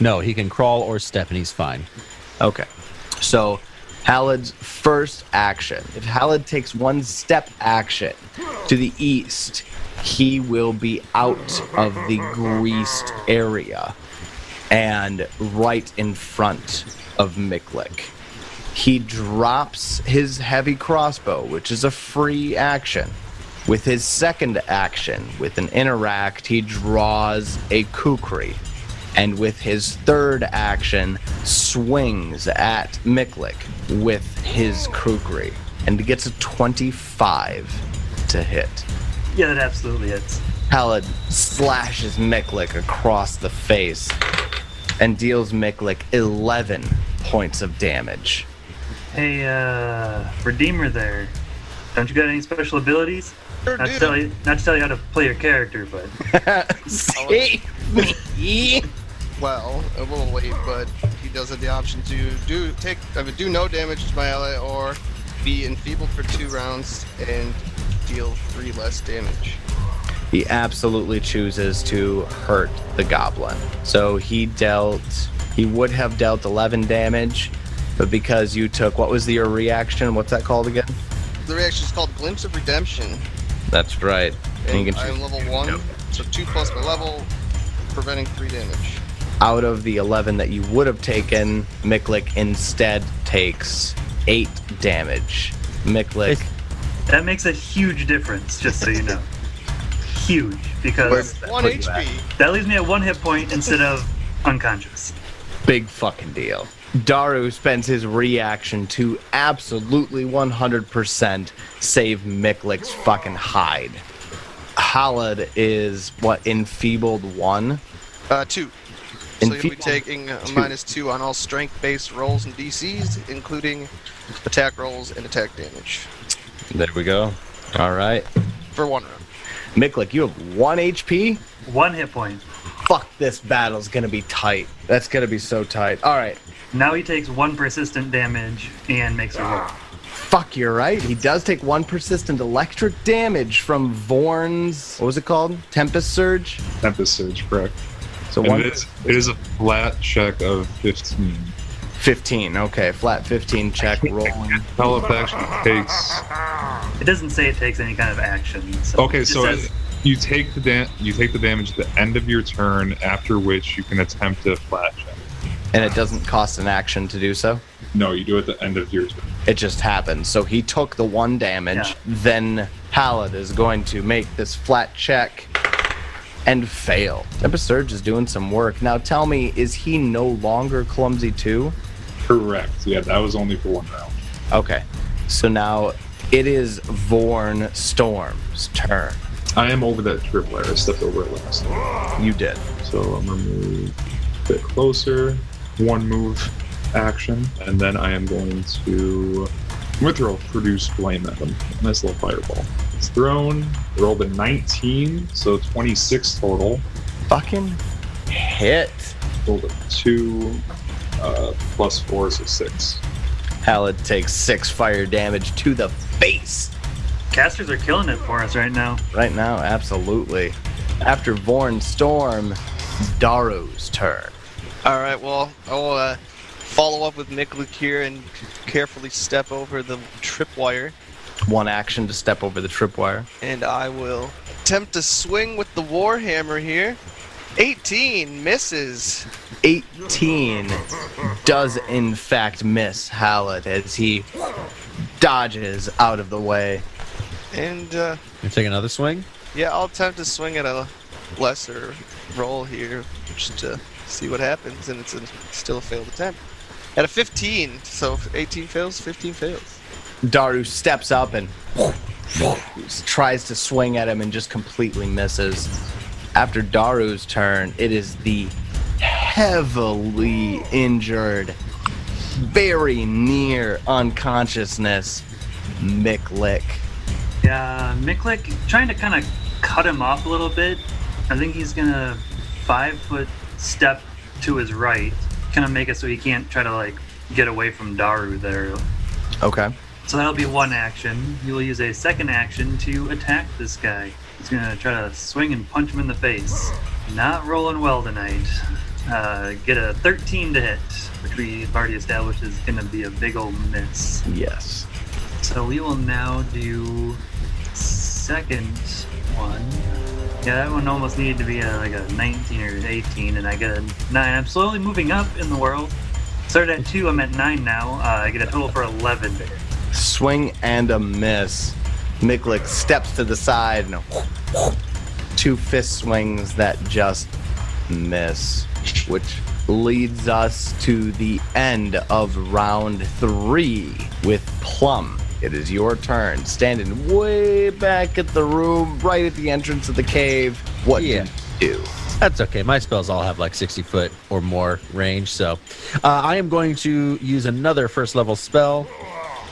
no, he can crawl or step, and he's fine. Okay. So Halid's first action. If Halid takes one step action to the east, he will be out of the greased area and right in front of Miklik. He drops his heavy crossbow, which is a free action. With his second action, with an interact, he draws a kukri. And with his third action, swings at Miklik with his kukri. And gets a 25 to hit. Yeah, that absolutely hits. Halid slashes Miklik across the face and deals Miklik 11 points of damage. Hey, uh, Redeemer, there. Don't you got any special abilities? Not to tell you, not to tell you how to play your character, but Well, a little late, but he does have the option to do take I mean, do no damage to my ally or be enfeebled for two rounds and deal three less damage. He absolutely chooses to hurt the goblin. So he dealt, he would have dealt 11 damage, but because you took, what was your reaction? What's that called again? The reaction is called Glimpse of Redemption. That's right. And And I you can am choose level one, so two plus my level, preventing three damage. out of the 11 that you would have taken, Miklik instead takes 8 damage. Miklik. It's- that makes a huge difference. Just so you know, huge because With one put you HP. that leaves me at one hit point instead of unconscious. big fucking deal. Daru spends his reaction to absolutely 100% save Miklik's fucking hide. Halid is what enfeebled one. Uh, two. And so you'll be feeble- taking a two. minus two on all strength-based rolls and DCs, including attack rolls and attack damage There we go. All right, for one round. Miklik, you have one HP. One hit point. Fuck, this battle's gonna be tight. That's gonna be so tight. All right, Now he takes one persistent damage and makes a roll. fuck, you're right. He does take one persistent electric damage from Vorn's. What was it called? Tempest Surge. Tempest Surge, correct? So And one. it is, it is a flat check of 15. 15. Okay, flat 15 check rolling. Tell if that actually takes. It doesn't say it takes any kind of action. So Okay, it so says, you take the da- you take the damage at the end of your turn, after which you can attempt a flat check. and it doesn't cost an action to do so. No, you do it at the end of your turn. It just happens. So he took the one damage. Yeah. Then Halid is going to make this flat check and fail. Episurge is doing some work. Now tell me, is he no longer clumsy too? Correct. Yeah, that was only for one round. Okay. So now it is Vorn Storm's turn. I am over that triple layer. I stepped over it last. You did. So I'm gonna move a bit closer. One move action, and then I am going to I'm gonna throw produce flame at him. Nice little fireball. It's thrown, rolled a 19, so 26 total. Fucking hit. Rolled a two uh, plus four, so six. Halid takes six fire damage to the face. casters are killing it for us right now. Right now, absolutely. After Vorn Storm, Daru's turn. All right. Well, I will uh, follow up with Miklik here and carefully step over the tripwire, One action to step over the tripwire. and I will attempt to swing with the warhammer here. 18 misses. 18 does in fact miss Hallett as he dodges out of the way. And uh, You take another swing. yeah, I'll attempt to swing at a lesser roll here just to see what happens. And it's a, still a failed attempt. At a 15, so 18 fails, 15 fails. Daru steps up and tries to swing at him and just completely misses. After Daru's turn, it is the heavily injured, very near unconsciousness Micklick. Yeah, uh, Miklik trying to kind of cut him off a little bit. I think he's gonna five foot step to his right, kind of make it so he can't try to like get away from Daru there. Okay. So that'll be one action. He will use a second action to attack this guy. He's gonna try to swing and punch him in the face. Not rolling well tonight. Uh, get a 13 to hit, which we've already established is gonna be a big old miss. Yes. So we will now do second one. Yeah, that one almost needed to be a, like a 19 or 18, and I get a 9. I'm slowly moving up in the world. Started at 2, I'm at 9 now. Uh, I get a total for 11. Swing and a miss. Miklik steps to the side and two fist swings that just miss, which leads us to the end of round three with Plum. It is your turn, standing way back at the room, right at the entrance of the cave. What Yeah. do you do? That's okay. My spells all have like 60 foot or more range. So uh, I am going to use another first level spell,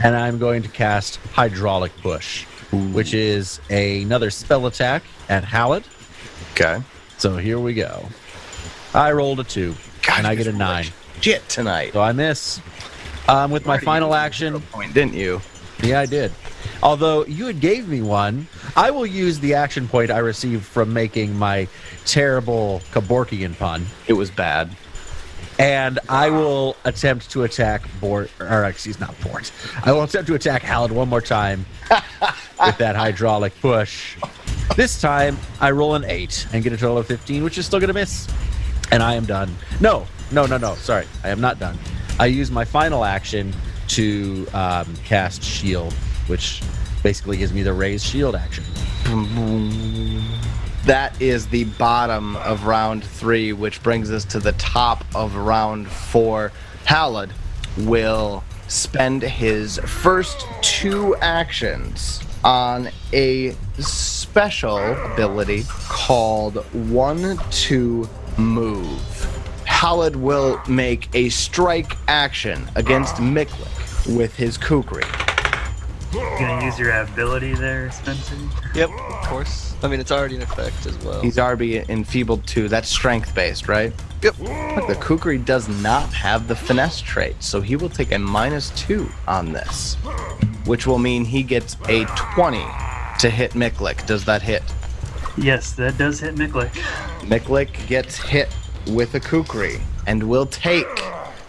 and I'm going to cast Hydraulic Push, which is another spell attack at Hallett. Okay. So here we go. I rolled a two, and I get a nine. Shit tonight. So I miss. Um, with my final action, Point, didn't you? yeah, I did. Although you had gave me one, I will use the action point I received from making my terrible Kaborkian pun. It was bad. and I will attempt to attack Bort, or excuse not Bort. I will attempt to attack Halid one more time with that hydraulic push. This time I roll an eight and get a total of fifteen, which is still gonna miss. And I am done. No, no, no, no. Sorry, I am not done. I use my final action to um, cast shield, which basically gives me the raised shield action. That is the bottom of round three, which brings us to the top of round four. Halid will spend his first two actions on a special ability called 1 2 Move. Halid will make a strike action against Miklik with his Kukri. You're gonna use your ability there, Spencer? Yep, of course. I mean, it's already in effect as well. He's RB enfeebled too. That's strength based, right? Yep. Look, the Kukri does not have the finesse trait, so he will take a minus two on this, which will mean he gets a 20 to hit Miklik. Does that hit? Yes, that does hit Miklik. Miklik gets hit with a Kukri and will take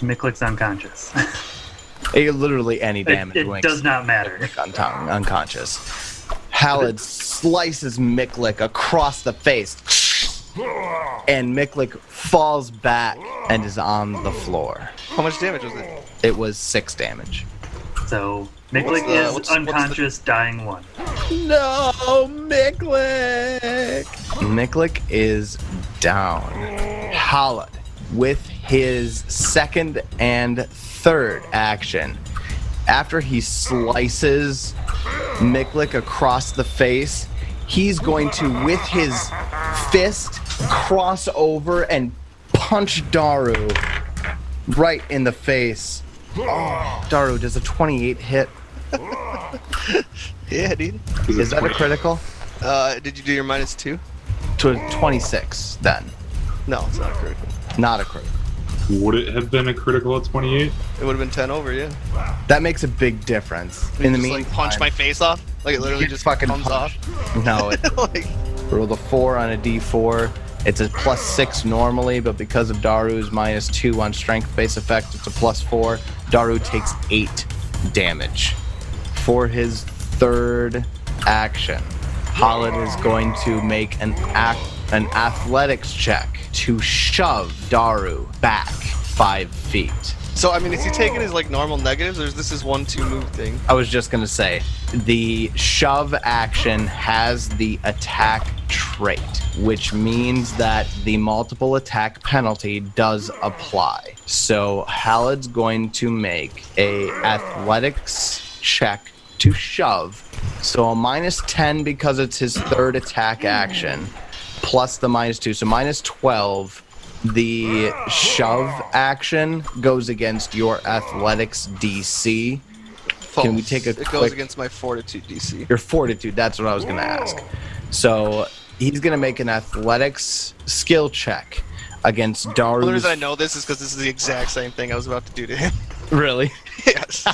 Miklik's unconscious. a, literally any it damage. it Winx. does not matter. un- tongue, unconscious. Halid slices Miklik across the face, and Miklik falls back and is on the floor. How much damage was it? It was six damage. So What's Miklik the- is what's- what's the- unconscious, dying one. No, Miklik. Miklik is down. Halid, with his second and third action, after he slices Miklik across the face, he's going to, with his fist, cross over and punch Daru right in the face. Oh, Daru, does a 28 hit? Yeah, dude. Is that a critical? Uh, did you do your minus two? To a 26, then. No, it's not critical. Not a critical. Would it have been a critical at 28? It would have been 10 over, yeah. That makes a big difference. In the just, meantime, like punch my face off. Like it literally you just fucking comes punch. No, it off. like rolled a four on a d4. It's a plus six normally, but because of Daru's minus two on strength base effect, it's a plus four. Daru takes eight damage for his third action. Holland is going to make an act, an athletics check to shove Daru back five feet. So I mean, is he taking his like normal negatives, or is this his one two move thing? I was just gonna say the shove action has the attack trait, which means that the multiple attack penalty does apply. So Halid's going to make a athletics check to shove. So a minus ten because it's his third attack action, plus the minus two, so minus twelve the shove action goes against your athletics DC. Can we False. take a It quick- goes against my fortitude DC. Your fortitude, that's what I was going to ask. So he's going to make an athletics skill check against Daru's. The only reason I know this is because this is the exact same thing I was about to do to him. Really? yes.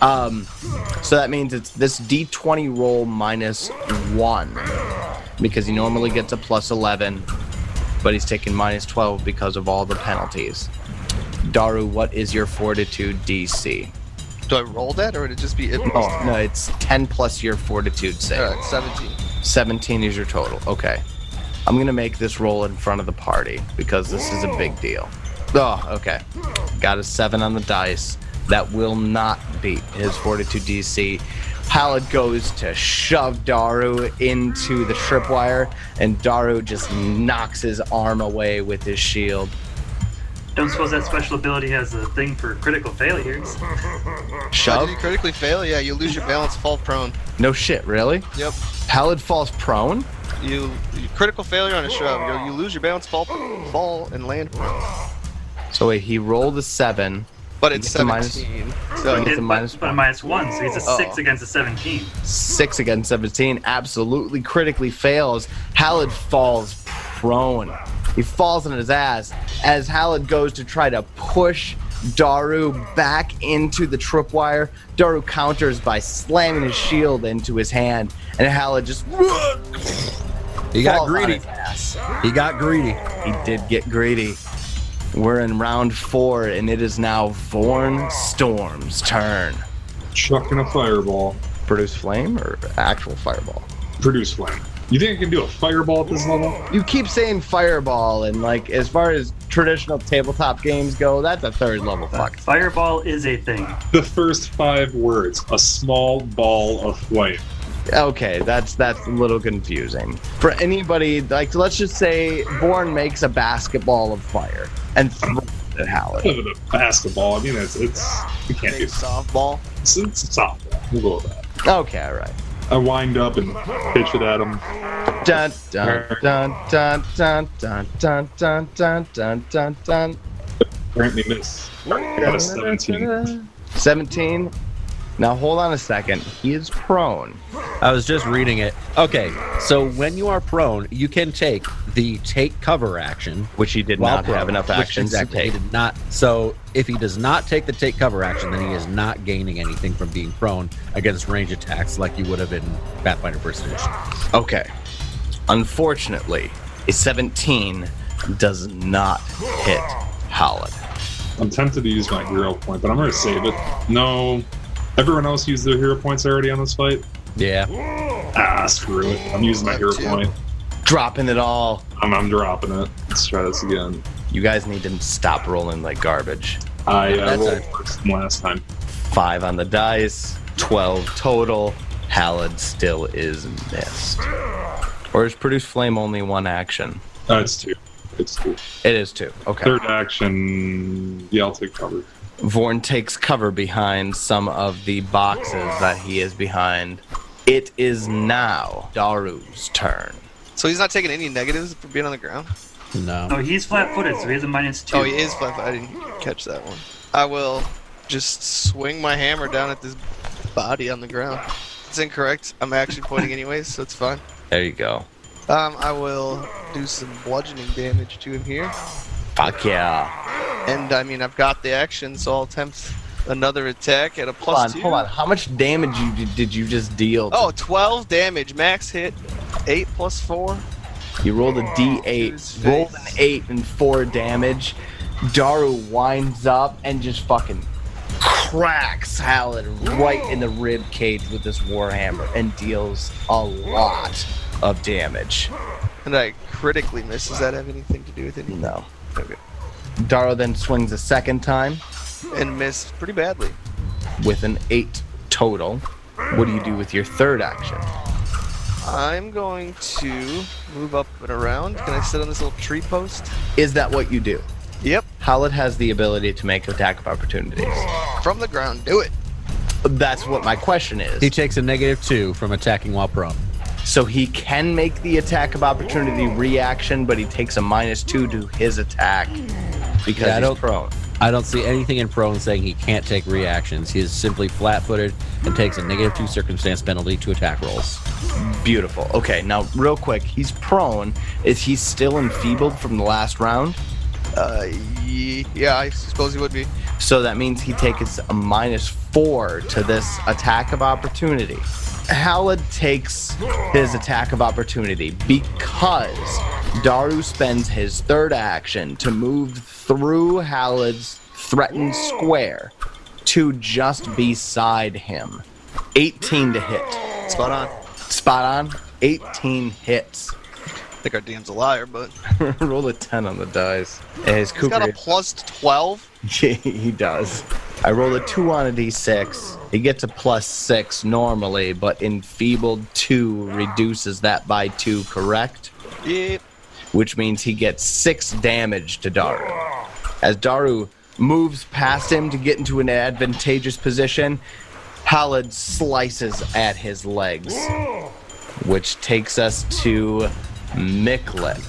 So that means it's this d20 roll minus one because he normally gets a plus 11, but he's taking minus 12 because of all the penalties. Daru, what is your fortitude DC? Do I roll that, or would it just be it? Oh, no, it's 10 plus your fortitude save. All right, seventeen. 17 is your total. Okay. I'm going to make this roll in front of the party because this is a big deal. Oh, okay. Got a 7 on the dice. That will not beat his 42 DC. Pallet goes to shove Daru into the tripwire, and Daru just knocks his arm away with his shield. Don't suppose that special ability has a thing for critical failures. Oh, Shove? did you critically fail? Yeah, you lose your balance, fall prone. No shit, really? Yep. Pallet falls prone? You, you critical failure on a shove. You, you lose your balance, fall, fall and land prone. So wait, he rolled a 7. But it's get the minus- seventeen. He so gets It- a minus but, but a one. minus one, so it's a Oh. six against a 17. six against 17 absolutely critically fails Halid falls prone he falls on his ass as Halid goes to try to push Daru back into the tripwire Daru counters by slamming his shield into his hand and Halid just He falls got on greedy. his ass. He got greedy. he did get greedy we're in round four and it is now Vorn Storm's turn Chucking a fireball. produce flame or actual fireball Produce flame. You think I can do a fireball at this level? you keep saying fireball and like as far as traditional tabletop games go that's a third level fuck Fireball is a thing. The first five words. A small ball of flame. okay that's that's a little confusing for anybody like let's just say born makes a basketball of fire and throws it at Hallie. Other than a basketball. I mean, it's it's you can't do Big softball. it's, it's a softball. We'll go with that. okay all right I wind up and pitch it at him. dun dun dun dun dun dun dun dun dun dun dun dun Apparently miss. I got a 17. 17 now hold on a second he is prone I was just reading it. Okay, so when you are prone, you can take the take cover action. which he did while not prone, have enough which actions exactly, to He take did not. So if he does not take the take cover action, then he is not gaining anything from being prone against range attacks like you would have in Pathfinder First Edition. Okay. Unfortunately, a 17 does not hit Howlett. I'm tempted to use my hero point, but I'm going to save it. No. Everyone else used their hero points already on this fight? Yeah, Ah, screw it. I'm using my hero Two. point. Dropping it all. I'm, I'm dropping it. Let's try this again. You guys need to stop rolling like garbage. I uh, That's rolled it. worse than last time. Five on the dice, 12 total. Hallad still is missed. Or is Produce Flame only one action? Uh, it's two. It's two. It is two. Okay. Third action. Yeah, I'll take cover. Vorn takes cover behind some of the boxes that he is behind. It is now Daru's turn. So he's not taking any negatives for being on the ground. No, no. he's flat footed, so he has a minus two. Oh, he is flat. I didn't catch that one. I will just swing my hammer down at this body on the ground. It's incorrect. I'm actually pointing anyways, so it's fine. There you go. Um, I will do some bludgeoning damage to him here, Fuck yeah. and I mean I've got the action, so I'll attempt another attack at a plus Hold on, two. hold on. How much damage you did, did you just deal? Oh, 12 damage, max hit, eight plus four. you rolled a His d8, rolled an face. eight and four damage. Daru winds up and just fucking cracks Howlett right in the rib cage with this warhammer and deals a lot of damage. And I critically miss. Does that have anything to do with anything? No. Okay. Daro then swings a second time And missed pretty badly. with an eight total. What do you do with your third action? I'm going to move up and around. Can I sit on this little tree post? Is that what you do? Yep. Howlett has the ability to make attack of opportunities. From the ground, do it. That's what my question is. He takes a negative two from attacking while prone. So he can make the attack of opportunity reaction, but he takes a minus two to his attack because Yeah, I he's don't- prone. I don't see anything in prone saying he can't take reactions. He is simply flat footed and takes a negative two circumstance penalty to attack rolls. Beautiful. Okay, now real quick, he's prone. Is he still enfeebled from the last round? Uh, ye- yeah, I suppose he would be. So that means he takes a minus four to this attack of opportunity. Halid takes his attack of opportunity because Daru spends his third action to move through Halid's threatened square to just beside him. 18 to hit. Spot on. Spot on. 18 hits. I think our DM's a liar, but Roll a 10 on the dice. And his he's Cooper got a plus 12. Yeah, he does. I roll a two on a d6. He gets a plus six normally, but enfeebled two reduces that by two, correct? Yep. Which means he gets six damage to Daru. As Daru moves past him to get into an advantageous position, Halid slices at his legs, which takes us to Miklik,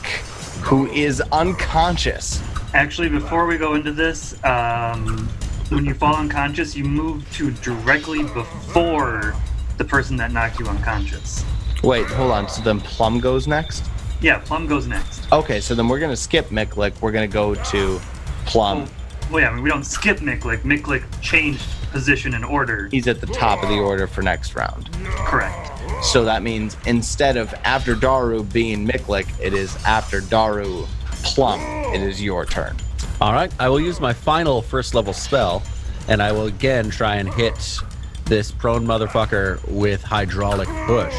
who is unconscious. Actually, before we go into this, um, when you fall unconscious, you move to directly before the person that knocked you unconscious. Wait, hold on. So then Plum goes next? Yeah, Plum goes next. Okay, so then we're gonna skip Miklik. We're gonna go to Plum. Well, yeah, I mean, we don't skip Miklik. Miklik changed position and order. He's at the top of the order for next round. Correct. So that means instead of after Daru being Miklik, it is after Daru Plum. It is your turn. All right, I will use my final first level spell, and I will again try and hit this prone motherfucker with hydraulic push.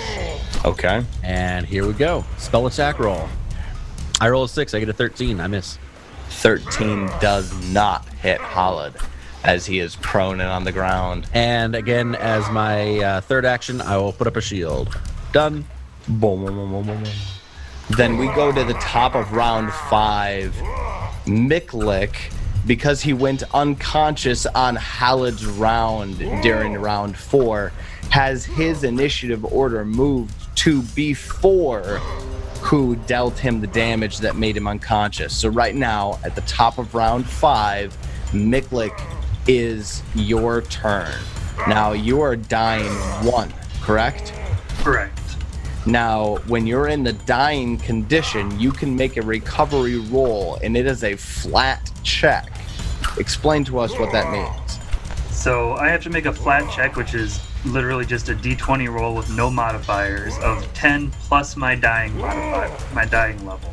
Okay. And here we go. Spell attack roll. I roll a six. I get a thirteen. I miss. 13 does not hit Hollid as he is prone and on the ground. And again, as my uh, third action, I will put up a shield. Done. Boom, boom, boom, boom, boom, boom. Then we go to the top of round five. Miklik, because he went unconscious on Halid's round during round four, has his initiative order moved to before who dealt him the damage that made him unconscious. So right now, at the top of round five, Miklik is your turn. Now you are dying one, correct? Correct. Now, when you're in the dying condition, you can make a recovery roll, and it is a flat check. Explain to us what that means. So I have to make a flat check, which is literally just a d20 roll with no modifiers of 10 plus my dying modifier, my dying level.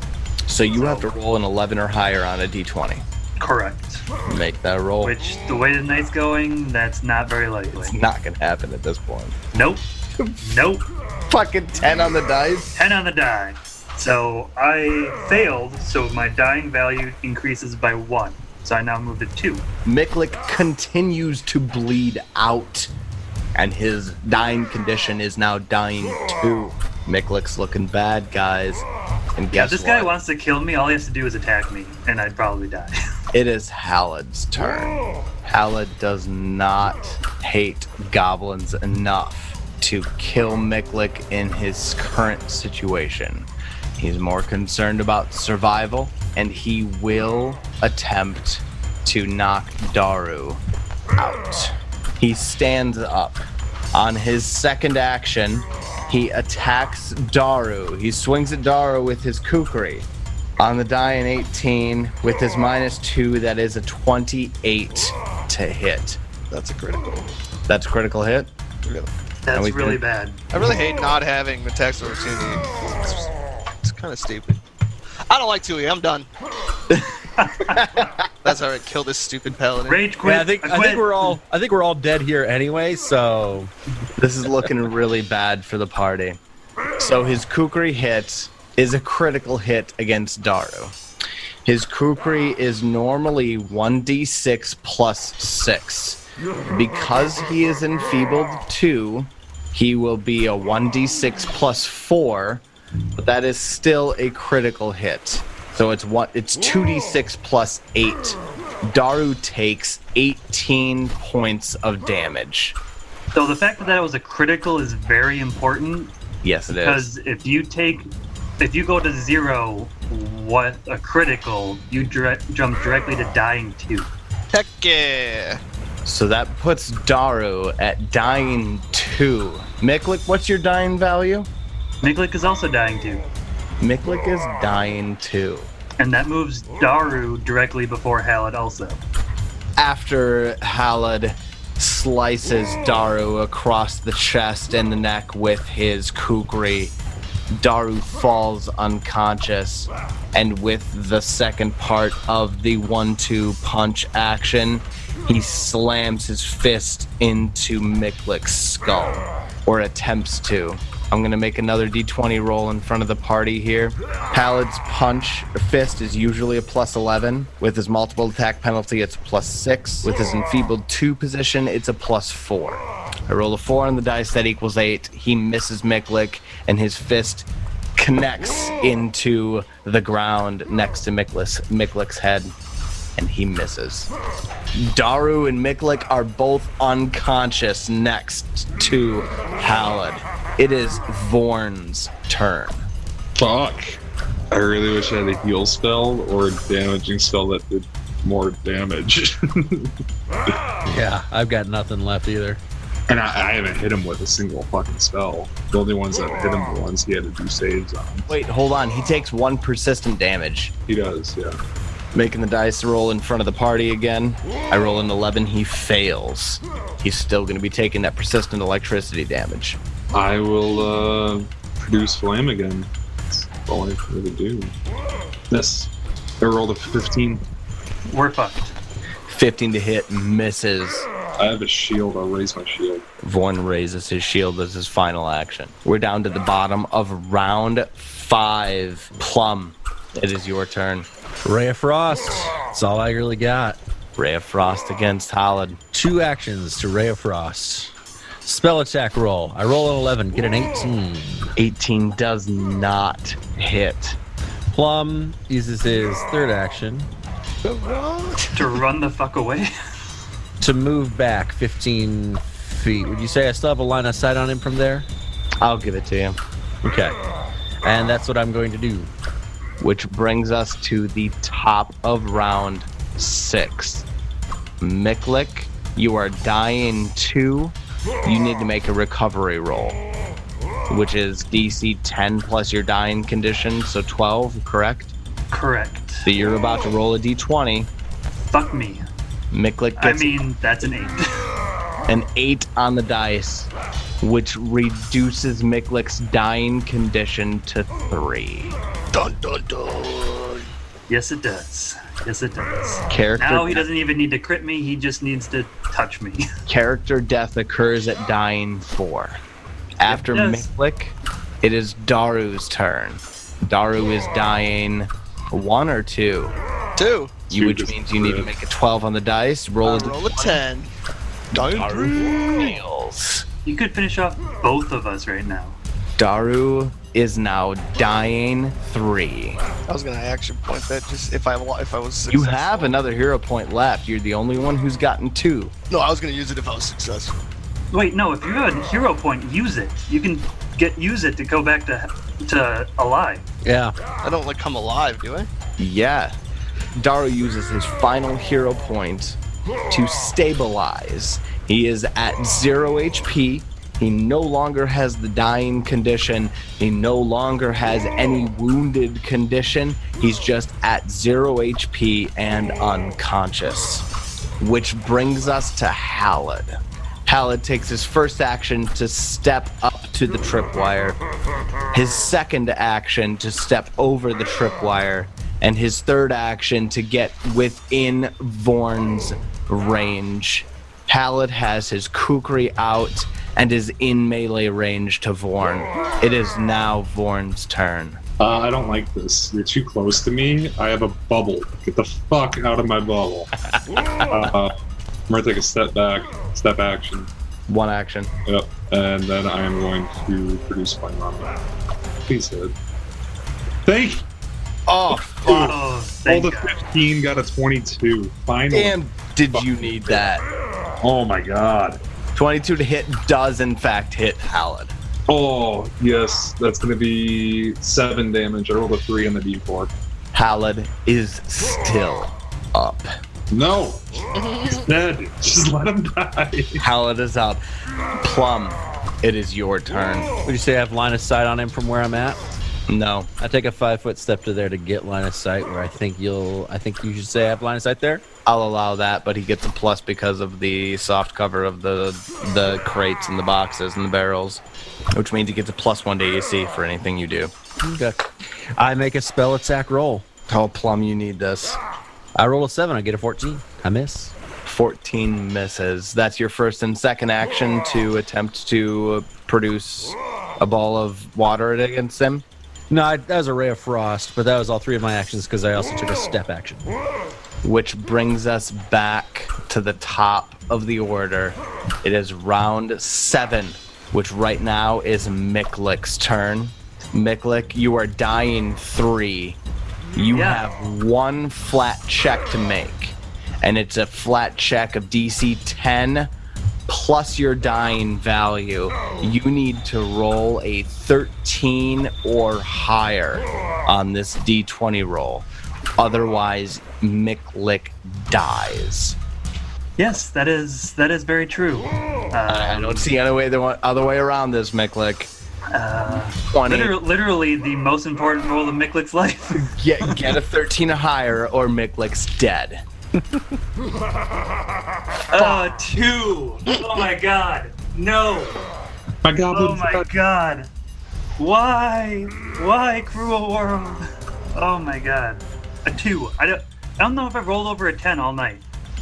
So you have to roll an 11 or higher on a d20. Correct. Make that roll. Which, the way the night's going, that's not very likely. it's not gonna happen at this point. Nope. Nope. Fucking 10 on the dice. 10 on the die. So I failed, so my dying value increases by 1. So I now move to 2. Miklik continues to bleed out, and his dying condition is now dying too. Miklik's looking bad, guys. And guess this what? guy wants to kill me, all he has to do is attack me, and I'd probably die. It is Halid's turn. Halid does not hate goblins enough to kill Miklik in his current situation. He's more concerned about survival, and he will attempt to knock Daru out. He stands up. On his second action, he attacks Daru. He swings at Daru with his kukri. On the die in 18, with his minus two, that is a 28 to hit. That's a critical. That's a critical hit. And That's we really did- bad. I really hate not having the tax opportunity. It's, kind of stupid. I don't like Tui. I'm done. That's alright. Kill this stupid paladin. Rage quit. Yeah, I think I quit. think we're all I think we're all dead here anyway. So This is looking really bad for the party. So his Kukri hit is a critical hit against Daru. His Kukri is normally 1d6 plus 6. Because he is enfeebled 2, he will be a 1d6 plus 4, but that is still a critical hit. So it's one, it's 2d6 plus 8. Daru takes 18 points of damage. So the fact that that was a critical is very important Yes, it is. because if you take, if you go to zero, what a critical, you dire- jump directly to dying two. Heck yeah! So that puts Daru at dying two. Miklik, what's your dying value? Miklik is also dying two, Miklik is dying two. and that moves Daru directly before Halid also. After Halid slices Daru across the chest and the neck with his kukri, Daru falls unconscious, and with the second part of the one-two punch action, he slams his fist into Miklik's skull, or attempts to. I'm gonna make another d20 roll in front of the party here. Halid's punch or fist is usually a plus 11. With his multiple attack penalty, it's a plus six. With his enfeebled two position, it's a plus four. I roll a four on the dice, that equals eight. He misses Miklik, and his fist connects into the ground next to Miklis, Miklik's head, and he misses. Daru and Miklik are both unconscious next to Halid. It is Vorn's turn. Fuck. I really wish I had a heal spell or a damaging spell that did more damage. yeah, I've got nothing left either. and I, I haven't hit him with a single fucking spell. The only ones that hit him are the ones he had to do saves on. Wait, hold on. He takes one persistent damage. He does, yeah. Making the dice roll in front of the party again. I roll an 11. He fails. He's still going to be taking that persistent electricity damage. I will uh, produce flame again. That's all I have to do. This. I rolled a 15. We're fucked. 15 to hit, misses. I have a shield. I'll raise my shield. Vorn raises his shield as his final action. We're down to the bottom of round five. Plum, it is your turn. Ray of Frost. That's all I really got. Ray of Frost against Holland. Two actions to Ray of Frost. Spell attack roll. I roll an 11, get an 18. 18 does not hit. Plum uses his third action To run the fuck away. to move back 15 feet. Would you say I still have a line of sight on him from there? I'll give it to you. Okay. And that's what I'm going to do. Which brings us to the top of round six. Miklik, you are dying two. You need to make a recovery roll, which is DC 10 plus your dying condition, so 12, correct? Correct. So you're about to roll a d20. Fuck me. Miklik I gets mean, that's an eight. an 8 on the dice, which reduces Miklik's dying condition to 3. Dun dun dun. yes, it does. Yes, it does. Character, Now he doesn't even need to crit me. He just needs to touch me. character death occurs at dying 4. After Yep, yes. Miklik, it is Daru's turn. Daru is dying 1 or 2, Two. you, Two which just means you need to crit. make a 12 on the dice, roll Uh, a roll a ten. Daru fails. You could finish off both of us right now. Daru is now dying 3. I was gonna action point that just if I wa- if I was. You Successful. have another hero point left. You're the only one who's gotten two. No, I was gonna use it if I was successful. Wait, no. If you have a hero point, use it. You can get use it to go back to to alive. Yeah. I don't like come alive, do I? Yeah. Daru uses his final hero point to stabilize. He is at zero HP. He no longer has the dying condition. He no longer has any wounded condition. He's just at zero HP and unconscious. Which brings us to Halid. Halid takes his first action to step up to the tripwire his second action to step over the tripwire, and his third action to get within Vorn's range. Pallet has his Kukri out and is in melee range to Vorn. It is now Vorn's turn. Uh, I don't like this. You're too close to me. I have a bubble. Get the fuck out of my bubble. uh, I'm gonna take a step back, step action. One action. Yep. And then I am going to produce my mama. Please hit. Thank you. Oh, Oh, thank Rolled a God. 15, got a 22. Finally. Damn, did you need that? Oh my god. 22 to hit does, in fact, hit Pallet. Oh, yes. That's going to be 7 damage. I rolled a 3 on the d4. Pallet is still up. No. He's dead. Just let him die. Pallet is up. Plum, it is your turn. Would you say I have line of sight on him from where I'm at? No. I take a five foot step to there to get line of sight where I think you'll. I think you should say I have line of sight there. I'll allow that, but he gets a plus because of the soft cover of the the crates and the boxes and the barrels, which means he gets a plus one to AC for anything you do. Okay. I make a spell attack roll. Oh, Plum, you need this. I roll a seven. I get a fourteen. I miss. 14 misses. That's your first and second action to attempt to produce a ball of water against him. No, I, that was a ray of frost, but that was all three of my actions because I also took a step action. which brings us back to the top of the order. It is round seven, which right now is Miklik's turn. Miklik, you are dying three. You Yeah. have one flat check to make, and it's a flat check of DC 10 plus your dying value. You need to roll a 13 or higher on this D20 roll. Otherwise, Miklik dies. Yes, that is that is very true. I don't see any way the one- other way around this, Miklik. Liter- 20. Uh, literally the most important role of Miklik's life. Get, get a 13 or higher, or Miklik's dead. Oh, two! Oh my god! No! My goblin. Oh my god! Why? Why, cruel world? Oh my god! A two. I don't. I don't know if I rolled over a ten all night.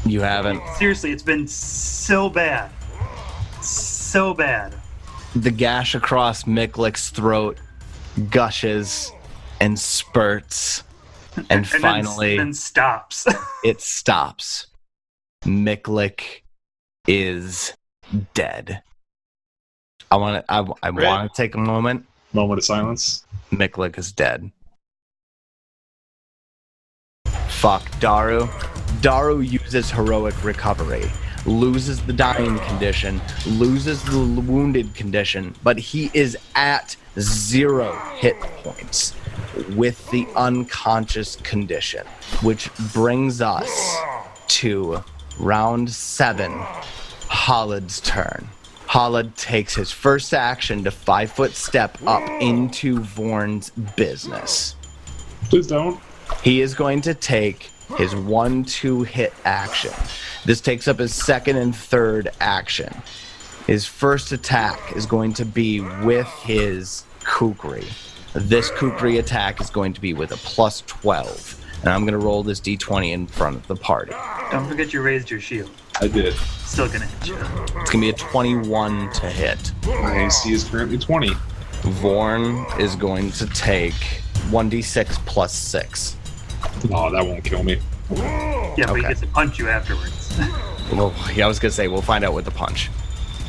You haven't. Seriously, it's been so bad, so bad. The gash across Miklik's throat gushes and spurts, and, And finally. then, then stops. it stops. Miklik is dead. I want to. I, I want to take a moment. Moment of silence. Miklik is dead. Fuck Daru. Daru uses heroic recovery, loses the dying condition, loses the l- wounded condition, but he is at zero hit points with the unconscious condition, which brings us to round seven Holid's turn. Holland takes his first action to five foot step up into Vorn's business. Please don't. He is going to take his one, two hit action. This takes up his second and third action. His first attack is going to be with his Kukri. This Kukri attack is going to be with a plus 12. And I'm going to roll this d20 in front of the party. don't forget you raised your shield. I did. Still gonna hit you. It's going to be a 21 to hit. My AC is currently 20. Vorn is going to take 1d6 plus 6. Oh, that won't kill me. Yeah, but he Okay. gets to punch you afterwards. Well, yeah, I was going to say, we'll find out with the punch.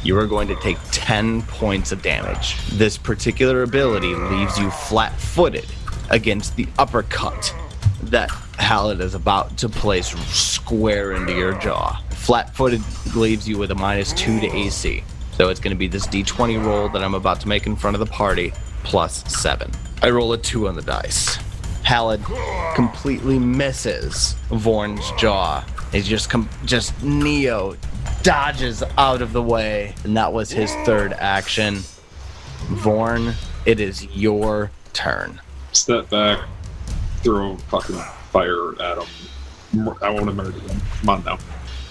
You are going to take 10 points of damage. This particular ability leaves you flat footed against the uppercut that Hallett is about to place square into your jaw. Flat footed leaves you with a minus 2 to AC. So it's going to be this d20 roll that I'm about to make in front of the party, plus 7. I roll a 2 on the dice. Hallett completely misses Vorn's jaw. He just com- just Neo dodges out of the way, and that was his third action. Vorn, it is your turn. Step back. Throw fucking fire at him. Mur- I want to murder him. Come on now.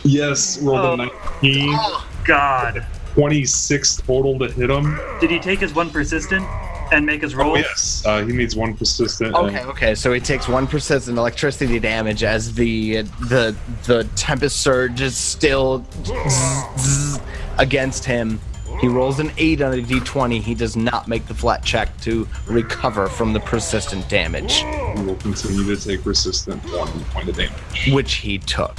Yes, rolled Oh. a 19. God, 26 total to hit him. did he take his one persistent? and make his roll? Oh, yes. Uh, he needs one persistent. and- Okay, okay. So he takes one persistent electricity damage as the the the tempest surge is still zzz, zzz against him. He rolls an eight on a d20. He does not make the flat check to recover from the persistent damage, He will continue to take resistant one point of damage. which he took.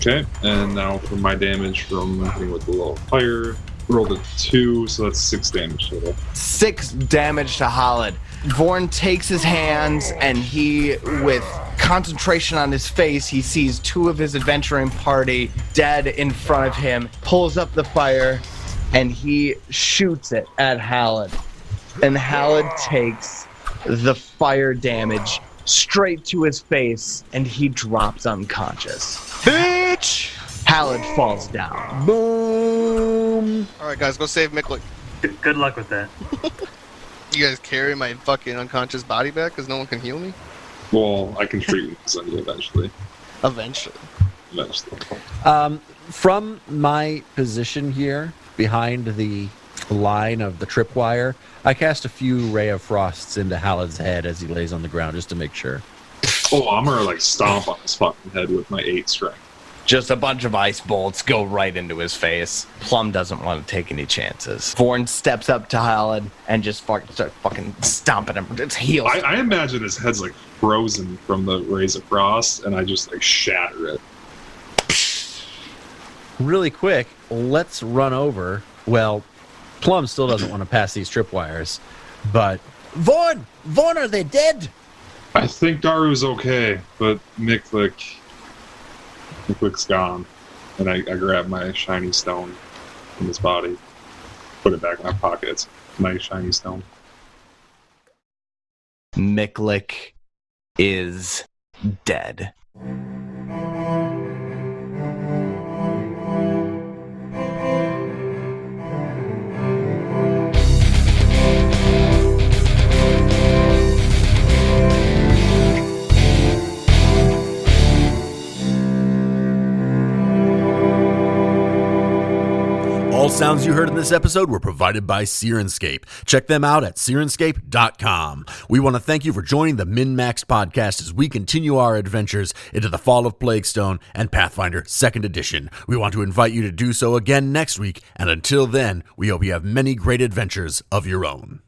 Okay, and now for my damage from hitting with the little fire, rolled a two, so that's six damage total. six damage to Holland. Vorn takes his hands and he, with concentration on his face, he sees two of his adventuring party dead in front of him, pulls up the fire, and he shoots it at Halid. And Halid takes the fire damage straight to his face and he drops unconscious. Bitch! Halid falls down. Boom. All right, guys, go save Micklick. Good- Good luck with that. You guys carry my fucking unconscious body back because no one can heal me. Well, I can treat wounds on you eventually. Eventually. Eventually. Um, from my position here, behind the line of the tripwire, I cast a few ray of frosts into Halid's head as he lays on the ground just to make sure. Oh, I'm gonna like stomp on his fucking head with my eight strike. Just a bunch of ice bolts go right into his face. Plum doesn't want to take any chances. Vorn steps up to Holland and just fuck, start fucking stomping him. It's heels. I, I imagine his head's like frozen from the rays of frost, and I just like shatter it. Really quick, let's run over. Well, Plum still doesn't want to pass these tripwires, but Vaughn, Vaughn, are they dead? I think Daru's okay, but Miklik, Miklik's gone, and I, I grab my shiny stone from his body, put it back in my pocket. It's my shiny stone. Miklik is dead. All sounds you heard in this episode were provided by Sirenscape. Check them out at sirenscape.com. We want to thank you for joining the Min-Max podcast as we continue our adventures into the Fall of Plaguestone and Pathfinder 2nd Edition. We want to invite you to do so again next week, and until then, we hope you have many great adventures of your own.